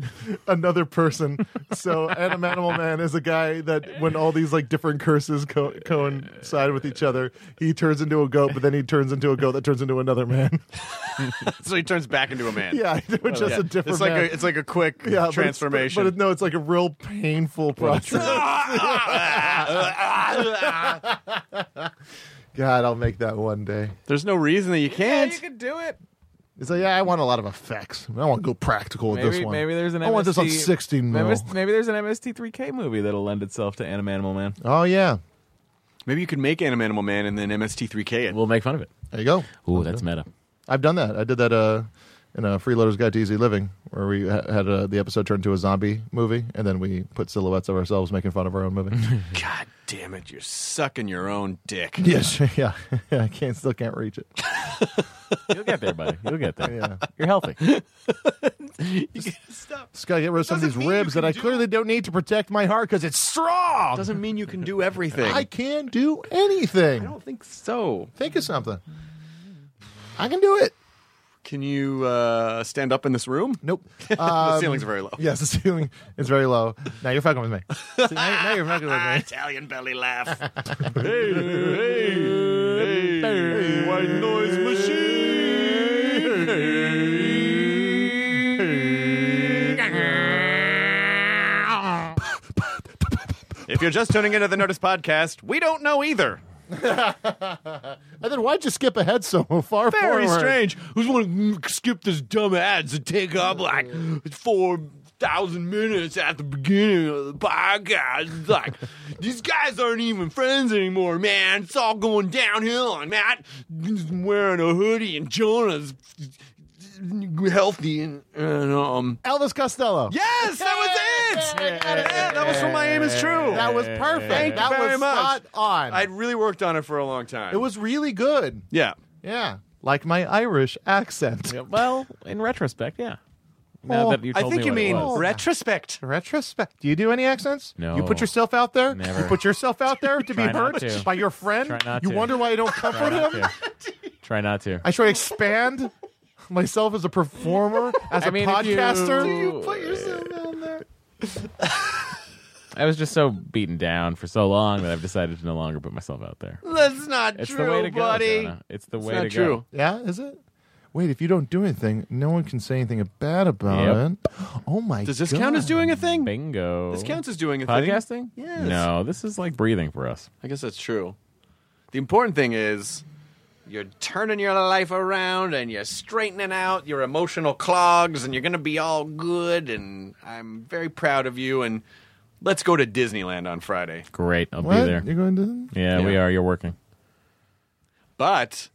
F: another person. So Adam Animal Man is a guy that when all these like different curses co- coincide with each other, he turns into a goat, but then he turns into a goat that turns into another man.
D: so he turns back into a man. Oh,
F: Yeah, it was just a different
D: It's like
F: man.
D: a it's like a quick
F: Yeah, but it's-
D: transformation.
F: But, it- no, it's like a real painful process. God, I'll make that one day.
D: There's no reason that you can't.
G: you could do it.
F: It's like, yeah, I want a lot of effects. I want to go practical with
G: Maybe,
F: this one.
G: maybe there's an.
F: I want this on
G: MST
F: 16 mil.
G: MS Maybe there's an MST3K movie that'll lend itself to Anim Animal Man.
F: Oh yeah.
D: Maybe you could make Anim Animal Man and then MST3K it.
G: We'll make fun of it.
F: There you go.
G: Ooh, that's meta.
F: I've done that. I did that uh, in a Freeloader's Guide to Easy Living, where we ha- had uh, the episode turned to a zombie movie, and then we put silhouettes of ourselves making fun of our own movie.
D: God damn it, you're sucking your own dick.
F: yes, yeah. I can't still can't reach it.
G: You'll get there, buddy. You'll get there.
F: Yeah.
G: You're healthy.
D: Stop.
F: Just gotta get rid of some of these
D: Doesn't mean you
F: ribs that
D: can
F: I
D: do-
F: clearly don't need to protect my heart because it's strong.
D: Doesn't mean you can do everything.
F: I
D: I
F: can do anything.
D: don't think so.
F: Think of something. I can do it.
D: Can you uh, stand up in this room?
F: Nope.
D: the
F: Um,
D: ceiling's very low.
F: Yes, the ceiling is very low. Now you're fucking with me. See, now, now you're fucking with me.
D: Italian belly laugh. hey, hey, hey, hey, white noise machine. If you're just tuning into the Notice podcast, we don't know either.
F: And then why'd you skip ahead so far
D: Very
F: forward?
D: strange. Who's want to skip this dumb ads that take up like four thousand minutes at the beginning of the podcast? It's like these guys aren't even friends anymore, man. It's all going downhill, and Matt is wearing a hoodie, and Jonah's healthy, and, and um.
F: Elvis Costello.
D: Yes, that was it. Yeah, that was from I Am Is True.
F: That was perfect.
D: Thank you
F: that
D: very
F: was
D: much.
F: spot on.
D: I'd really worked on it for a long time.
F: it was really good.
D: yeah.
F: Yeah. Like my Irish accent.
G: Yeah, well, in retrospect, yeah. Now
F: Oh,
G: that you
D: I
G: told
D: think
G: me
D: you
G: what it
D: mean
G: was.
D: retrospect.
F: Retrospect. Do you do any accents?
G: No.
F: You put yourself out there.
G: Never.
F: You put yourself out there to be
G: Try
F: heard
G: not to.
F: by your friend.
G: Try not
F: you
G: to.
F: wonder why you don't comfort
G: Try not
F: him.
G: to. Try not to.
F: I try to expand myself as a performer, as a
G: I mean, if you-
F: podcaster.
G: Do you put
F: yourself out there?
G: I was just so beaten down for so long that I've decided to no longer put myself out there.
D: That's not
G: It's
D: true,
G: the way to go,
D: buddy.
G: Jonah. It's the
D: It's
G: way
D: not
G: to
D: true.
G: go.
F: Yeah, is it? Wait, if you don't do anything, no one can say anything bad about
G: Yep.
F: it. Oh my
D: Does this count as doing a thing?
G: Bingo.
D: This counts as doing a thing.
G: podcasting.
D: Yes.
G: No, this is like breathing for us.
D: I guess that's true. The important thing is you're turning your life around and you're straightening out your emotional clogs and you're going to be all good and I'm very proud of you and let's go to Disneyland on Friday.
G: Great. I'll
F: What?
G: be there.
F: You're going to
G: Yeah, we
D: Yeah.
G: are. You're working.
D: But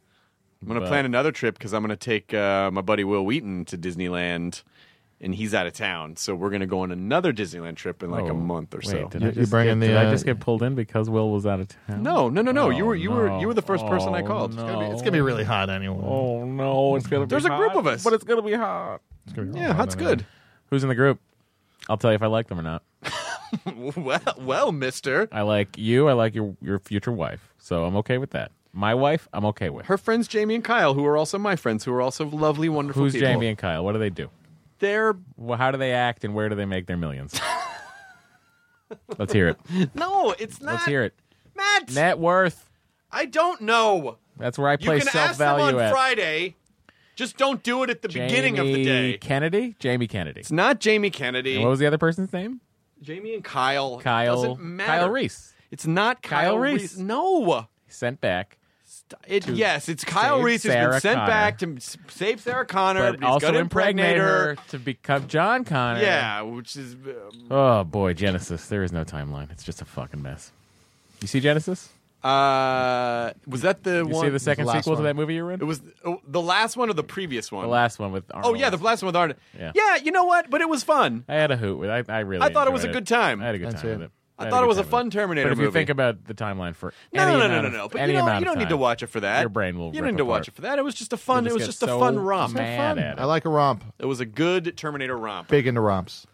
D: I'm going to
G: But-
D: plan another trip cuz I'm going to take uh, my buddy Will Wheaton to Disneyland and he's out of town. So we're going to go on another Disneyland trip in like a
G: Oh,
D: month or
G: wait,
D: so.
G: Did
F: You-
G: I
F: you
G: just
F: bring
G: get,
F: in the,
G: Did
F: uh,
G: I just get pulled in because Will was out of town?
D: No, no, no, no. you
G: Oh,
D: were you were you were the first person I
G: no.
D: called.
G: Oh, no.
F: It's going to be really hot anyway.
G: Oh no, it's gonna.
D: There's
G: be
D: a group
G: hot,
D: of us.
G: but it's gonna be hot.
F: It's gonna be really
D: Yeah,
F: hot
D: that's
F: anyway.
D: good.
G: Who's in the group? I'll tell you if I like them or not.
D: well, well, mister.
G: I like you. I like your your future wife. So I'm okay with that. My wife, I'm okay with.
D: Her friends Jamie and Kyle, who are also my friends, who are also lovely, wonderful
G: Who's
D: people.
G: Jamie and Kyle? What do they do?
D: They're
G: Well, how do they act, and where do they make their millions? Let's hear it.
D: no, it's not.
G: Let's hear it.
D: Matt.
G: Net worth.
D: I don't know.
G: That's where I
D: You
G: place
D: can
G: self
D: ask them on
G: value at.
D: Friday. Just don't do it at the beginning of the
G: Jamie
D: day.
G: Kennedy. Jamie Kennedy.
D: It's not Jamie Kennedy.
G: And what was the other person's name?
D: Jamie and Kyle. It
G: Kyle.
D: doesn't matter.
G: Kyle Reese.
D: It's not Kyle,
G: Kyle Reese.
D: No.
G: Sent back.
D: It, yes, it's Kyle
G: save
D: Reese who's been
G: Sarah
D: sent
G: Connor.
D: back to s- save Sarah Connor.
G: but
D: he's
G: also
D: gonna
G: impregnate her to become John Connor.
D: Yeah, which is um,
G: Oh boy, Genesis. There is no timeline. It's just a fucking mess. You see Genesis?
D: Uh, was that the
G: You
D: one?
G: see the second
F: last
G: sequel
F: one.
G: to that movie you were in?
D: It was oh, the last one or the previous one.
G: the last one with Arnold.
D: Oh yeah, the last one with Arnold.
G: Yeah.
D: you know what? But it was fun.
G: I had a hoot with. I, I really.
D: I thought it
G: enjoyed
D: was a good time.
G: I had a good
F: That's
G: time
F: it.
G: with it.
D: I
G: had
D: thought it
G: good
D: was a
G: time with
D: fun
G: it.
D: Terminator
G: But if you
D: movie.
G: think about the timeline for
D: No,
G: any
D: no, no, no,
G: amount
D: no,
G: of-
D: no. But
G: any
D: you don't,
G: amount
D: you
G: of
D: don't need to
G: time,
D: watch it for that.
G: Your brain will.
D: You don't
G: rip
D: need to
G: apart.
D: watch it for that. It was just a fun.
G: You'll
D: It was
G: get
D: just a
G: so
D: fun romp.
G: Mad at it.
F: I like a romp.
D: It was a good Terminator romp.
F: Big into romps.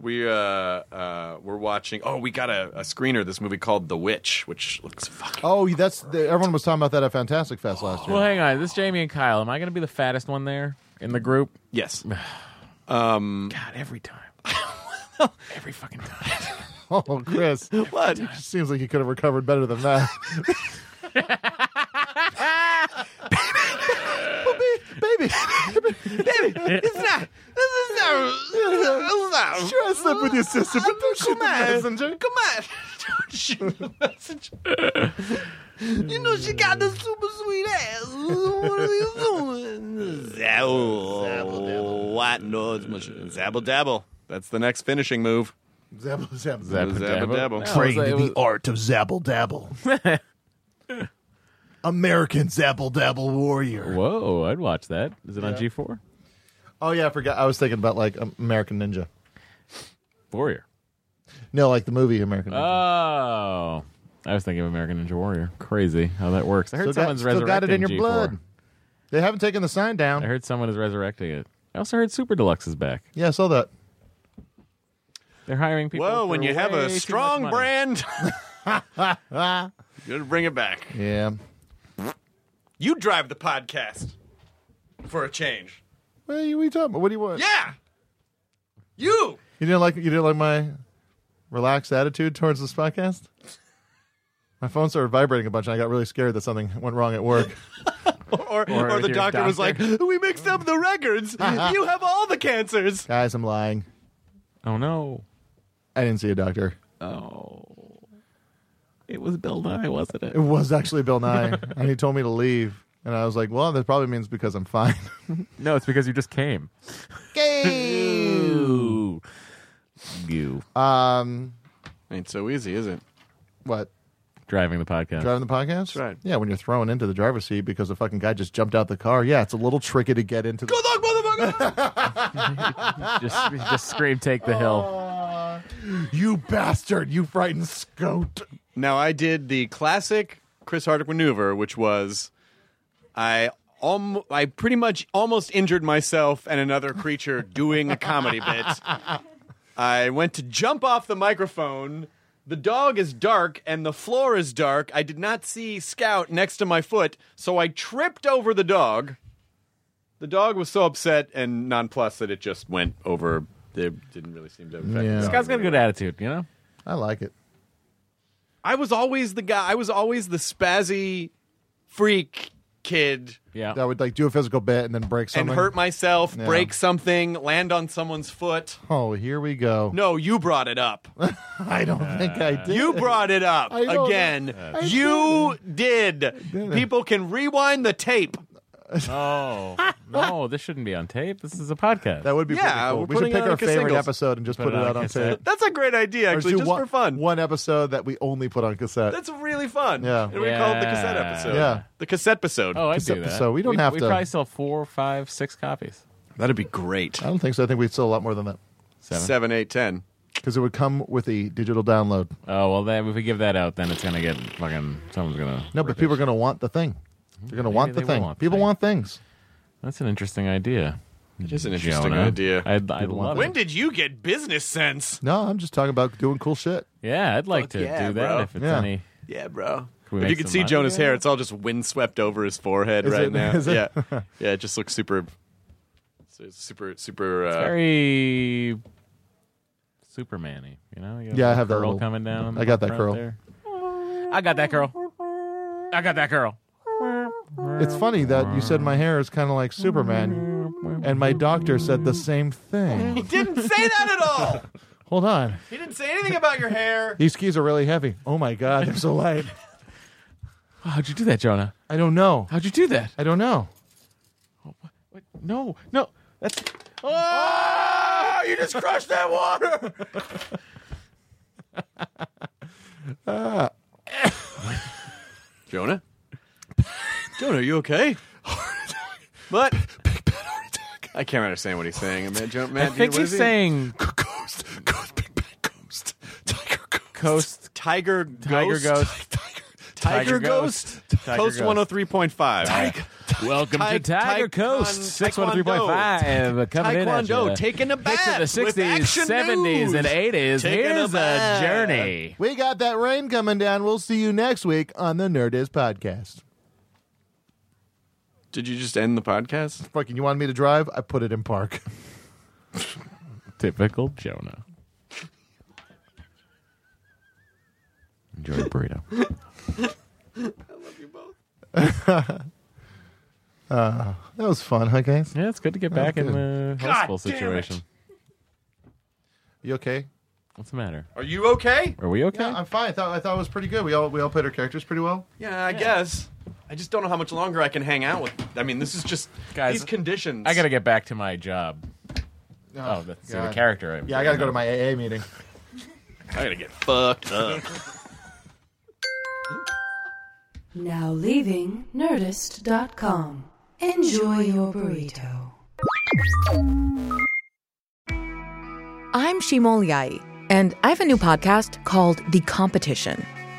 D: We uh, uh, we're watching. Oh, we got a, a screener. of This movie called The Witch, which looks fucking.
F: Oh, that's the, everyone was talking about that at Fantastic Fest last year.
G: Well, hang on. This Jamie and Kyle. Am I going to be the fattest one there? in the group?
D: Yes. Um,
G: God, every time. every fucking time.
F: Oh, Chris.
D: what?
F: Seems like you could have recovered better than that. baby, baby, baby,
D: it's not. This is not. This is not.
F: Sure, I slept with your sister, but don't shoot the messenger.
D: Come on. Don't shoot the messenger. You know she got the super sweet ass. What are you doing? Zabble. dabble. What? No, it's much. Zabble dabble. That's the next finishing move.
F: Zabble, zabble,
G: Zabble dabble.
D: dabble.
G: No, it was- it was-
F: art of zabble dabble. American zabble dabble warrior.
G: Whoa, I'd watch that. Is it on G4?
F: Oh yeah, I forgot. I was thinking about like um, American Ninja.
G: Warrior.
F: No, like the movie American Ninja.
G: Oh. I was thinking of American Ninja Warrior. Crazy how that works. I heard
F: Still got-
G: someone's
F: still
G: resurrecting
F: got it in your
G: G4.
F: blood. They haven't taken the sign down.
G: I heard someone is resurrecting it. I also heard Super Deluxe is back.
F: yeah, I saw that.
G: They're hiring people.
D: Whoa, when
G: for
D: you have
G: way too
D: a
G: much
D: strong
G: money.
D: brand,
F: Ah,
D: you to bring it back.
F: yeah.
D: You drive the podcast for a change.
F: What are you what are you talking about? What do you want?
D: Yeah. You.
F: You didn't like you didn't like my relaxed attitude towards this podcast? My phone started vibrating a bunch and I got really scared that something went wrong at work.
D: Or, or,
G: Or with
D: the
G: your
D: doctor, was like,
G: doctor.
D: We mixed up the records. you have all the cancers.
F: Guys, I'm lying.
G: Oh no.
F: I didn't see a doctor.
G: Oh. It was Bill Nye, wasn't
F: It was actually Bill Nye and he told me to leave. And I was like, well, that probably means because I'm fine.
G: No, it's because you just came. Goo. Goo.
F: um,
D: Ain't so easy, is it?
F: what?
G: Driving the podcast.
F: Driving the podcast?
D: right.
F: Yeah, when you're thrown into the driver's seat because a fucking guy just jumped out the car. Yeah, it's a little tricky to get into the.
D: Go dog, motherfucker!
G: just, just scream, take the
F: Oh.
G: hill.
F: You bastard! You frightened scout!
D: now, I did the classic Chris Hardwick maneuver, which was I. Alm- I pretty much almost injured myself and another creature doing a comedy bit. I went to jump off the microphone. The dog is dark and the floor is dark. I did not see Scout next to my foot, so I tripped over the dog. The dog was so upset and nonplussed that it just went over. It didn't really seem to affect.
F: Yeah.
D: the dog.
G: Scott's got a good attitude, you know?
F: I like it.
D: I was always the guy. I was always the spazzy freak kid
G: Yeah.
F: That would like do a physical bit and then break something.
D: and hurt myself,
F: Yeah.
D: break something, land on someone's foot.
F: Oh, here we go.
D: No, you brought it up.
F: I don't think I did.
D: Uh, You brought it up
F: I know
D: again.
F: that. I
D: You did.
F: did it.
D: People can rewind the tape.
G: Oh. No, this shouldn't be on tape. This is a podcast.
F: That would be
D: Yeah,
F: pretty
D: we're
F: cool. We should
D: putting it on
F: pick our
D: like a
F: favorite
D: singles.
F: episode and just put,
G: Put it
F: it
G: on
F: out on
G: cassette.
F: tape.
D: That's a great idea,
F: Or
D: actually,
F: do
D: just
F: one,
D: for fun.
F: One episode that we only put on cassette.
D: That's really fun.
F: Yeah.
D: And we call it the
G: Yeah.
D: cassette episode.
F: Yeah.
D: The cassette episode.
G: oh, I
F: Except
G: do that.
F: so we don't have
G: we
F: to-
G: probably sell four, five, six copies.
D: That'd be great.
F: I don't think so. I think we'd sell a lot more than that
G: Seven.
D: Seven, eight, ten.
F: because it would come with a digital download.
G: Oh well, that, if we give that out, then it's gonna get fucking. Someone's gonna.
F: No, but
G: rip
F: people
G: it.
F: are going to want the thing. They're going to want
G: they
F: the
G: will
F: thing.
G: want the
F: people
G: thing.
F: want things.
G: That's an interesting idea. It
D: is an interesting idea.
G: I'd, I'd love
D: When
G: it.
D: did you get business sense?
F: No, I'm just talking about doing cool shit.
G: Yeah, I'd like
D: Fuck
G: to
D: yeah,
G: do that
D: bro.
G: if it's
F: Yeah.
G: any.
D: Yeah, bro.
G: we
D: if
G: make
D: you could
G: some
D: see
G: money?
D: Jonah's hair, it's all just windswept over his forehead
F: Is
D: right
F: it-
D: now.
F: is it?
D: Yeah, yeah, it just looks super, su- super, super. Uh,
G: Very Superman-y, you know. You got
F: Yeah, I
G: the
F: have that
G: curl
F: little-
G: coming down.
F: I got that
G: front
F: curl.
G: there. I got that curl. I got that curl.
F: It's funny that you said my hair is kind of like Superman, and my doctor said the same
D: he
F: thing.
D: didn't say that at all.
F: Hold on.
D: He didn't say anything about your hair.
F: These keys are really heavy. Oh my God, they're so light.
G: Oh, how'd you do that, Jonah?
F: I don't know.
G: How'd you do that?
F: I don't know.
G: Wait, no, no, that's Ah!
D: Oh, you just crushed that water. Jonah, Jonah, are you okay? What? I can't understand what he's saying. Man, Jonah,
G: I
D: man,
G: think
D: what
G: he's
D: is he?
G: saying
D: Ghost, ghost, Big Bang Ghost, Tiger Ghost,
G: Coast-
D: Tiger Ghost,
G: Tiger Ghost.
D: Tiger,
G: Tiger
D: Ghost,
G: Ghost. Tiger
D: Coast
G: Ghost.
D: one hundred three point five.
G: Welcome
D: Tai-
G: to Tiger
D: Taekwondo.
G: Coast, six one three point five. Coming in at
D: Taekwondo,
G: you.
D: taking a
G: Hits of
D: bath
G: the
D: with
G: sixties,
D: action
G: seventies, and
D: news.
G: eighties.
D: Taking a
G: Here's a
D: bath.
G: journey.
F: We got that rain coming down. We'll see you next week on the Nerd Is Podcast.
D: Did you just end the podcast?
F: Fucking, you wanted me to drive? I put it in park.
G: Typical Jonah. Enjoy your burrito.
F: Uh, that was fun, huh, guys?
G: Yeah, it's good to get
F: That was
G: back in
F: good.
G: the
J: God
G: high school
J: damn it.
G: situation.
F: You okay?
G: What's the matter?
J: Are you okay?
G: Are we okay?
F: Yeah, I'm fine. I thought I thought it was pretty good. We all we all played our characters pretty well.
D: Yeah, I guess. I just don't know how much longer I can hang out with. I mean, this is just
G: Guys,
D: these conditions.
G: I gotta get back to my job. Oh, that's the
F: God.
G: character. I'm
F: Yeah, I gotta go to my AA meeting.
D: I gotta get fucked up.
E: Now leaving Nerdist.com. Enjoy your burrito.
K: I'm Shimol Yai, and I have a new podcast called The Competition.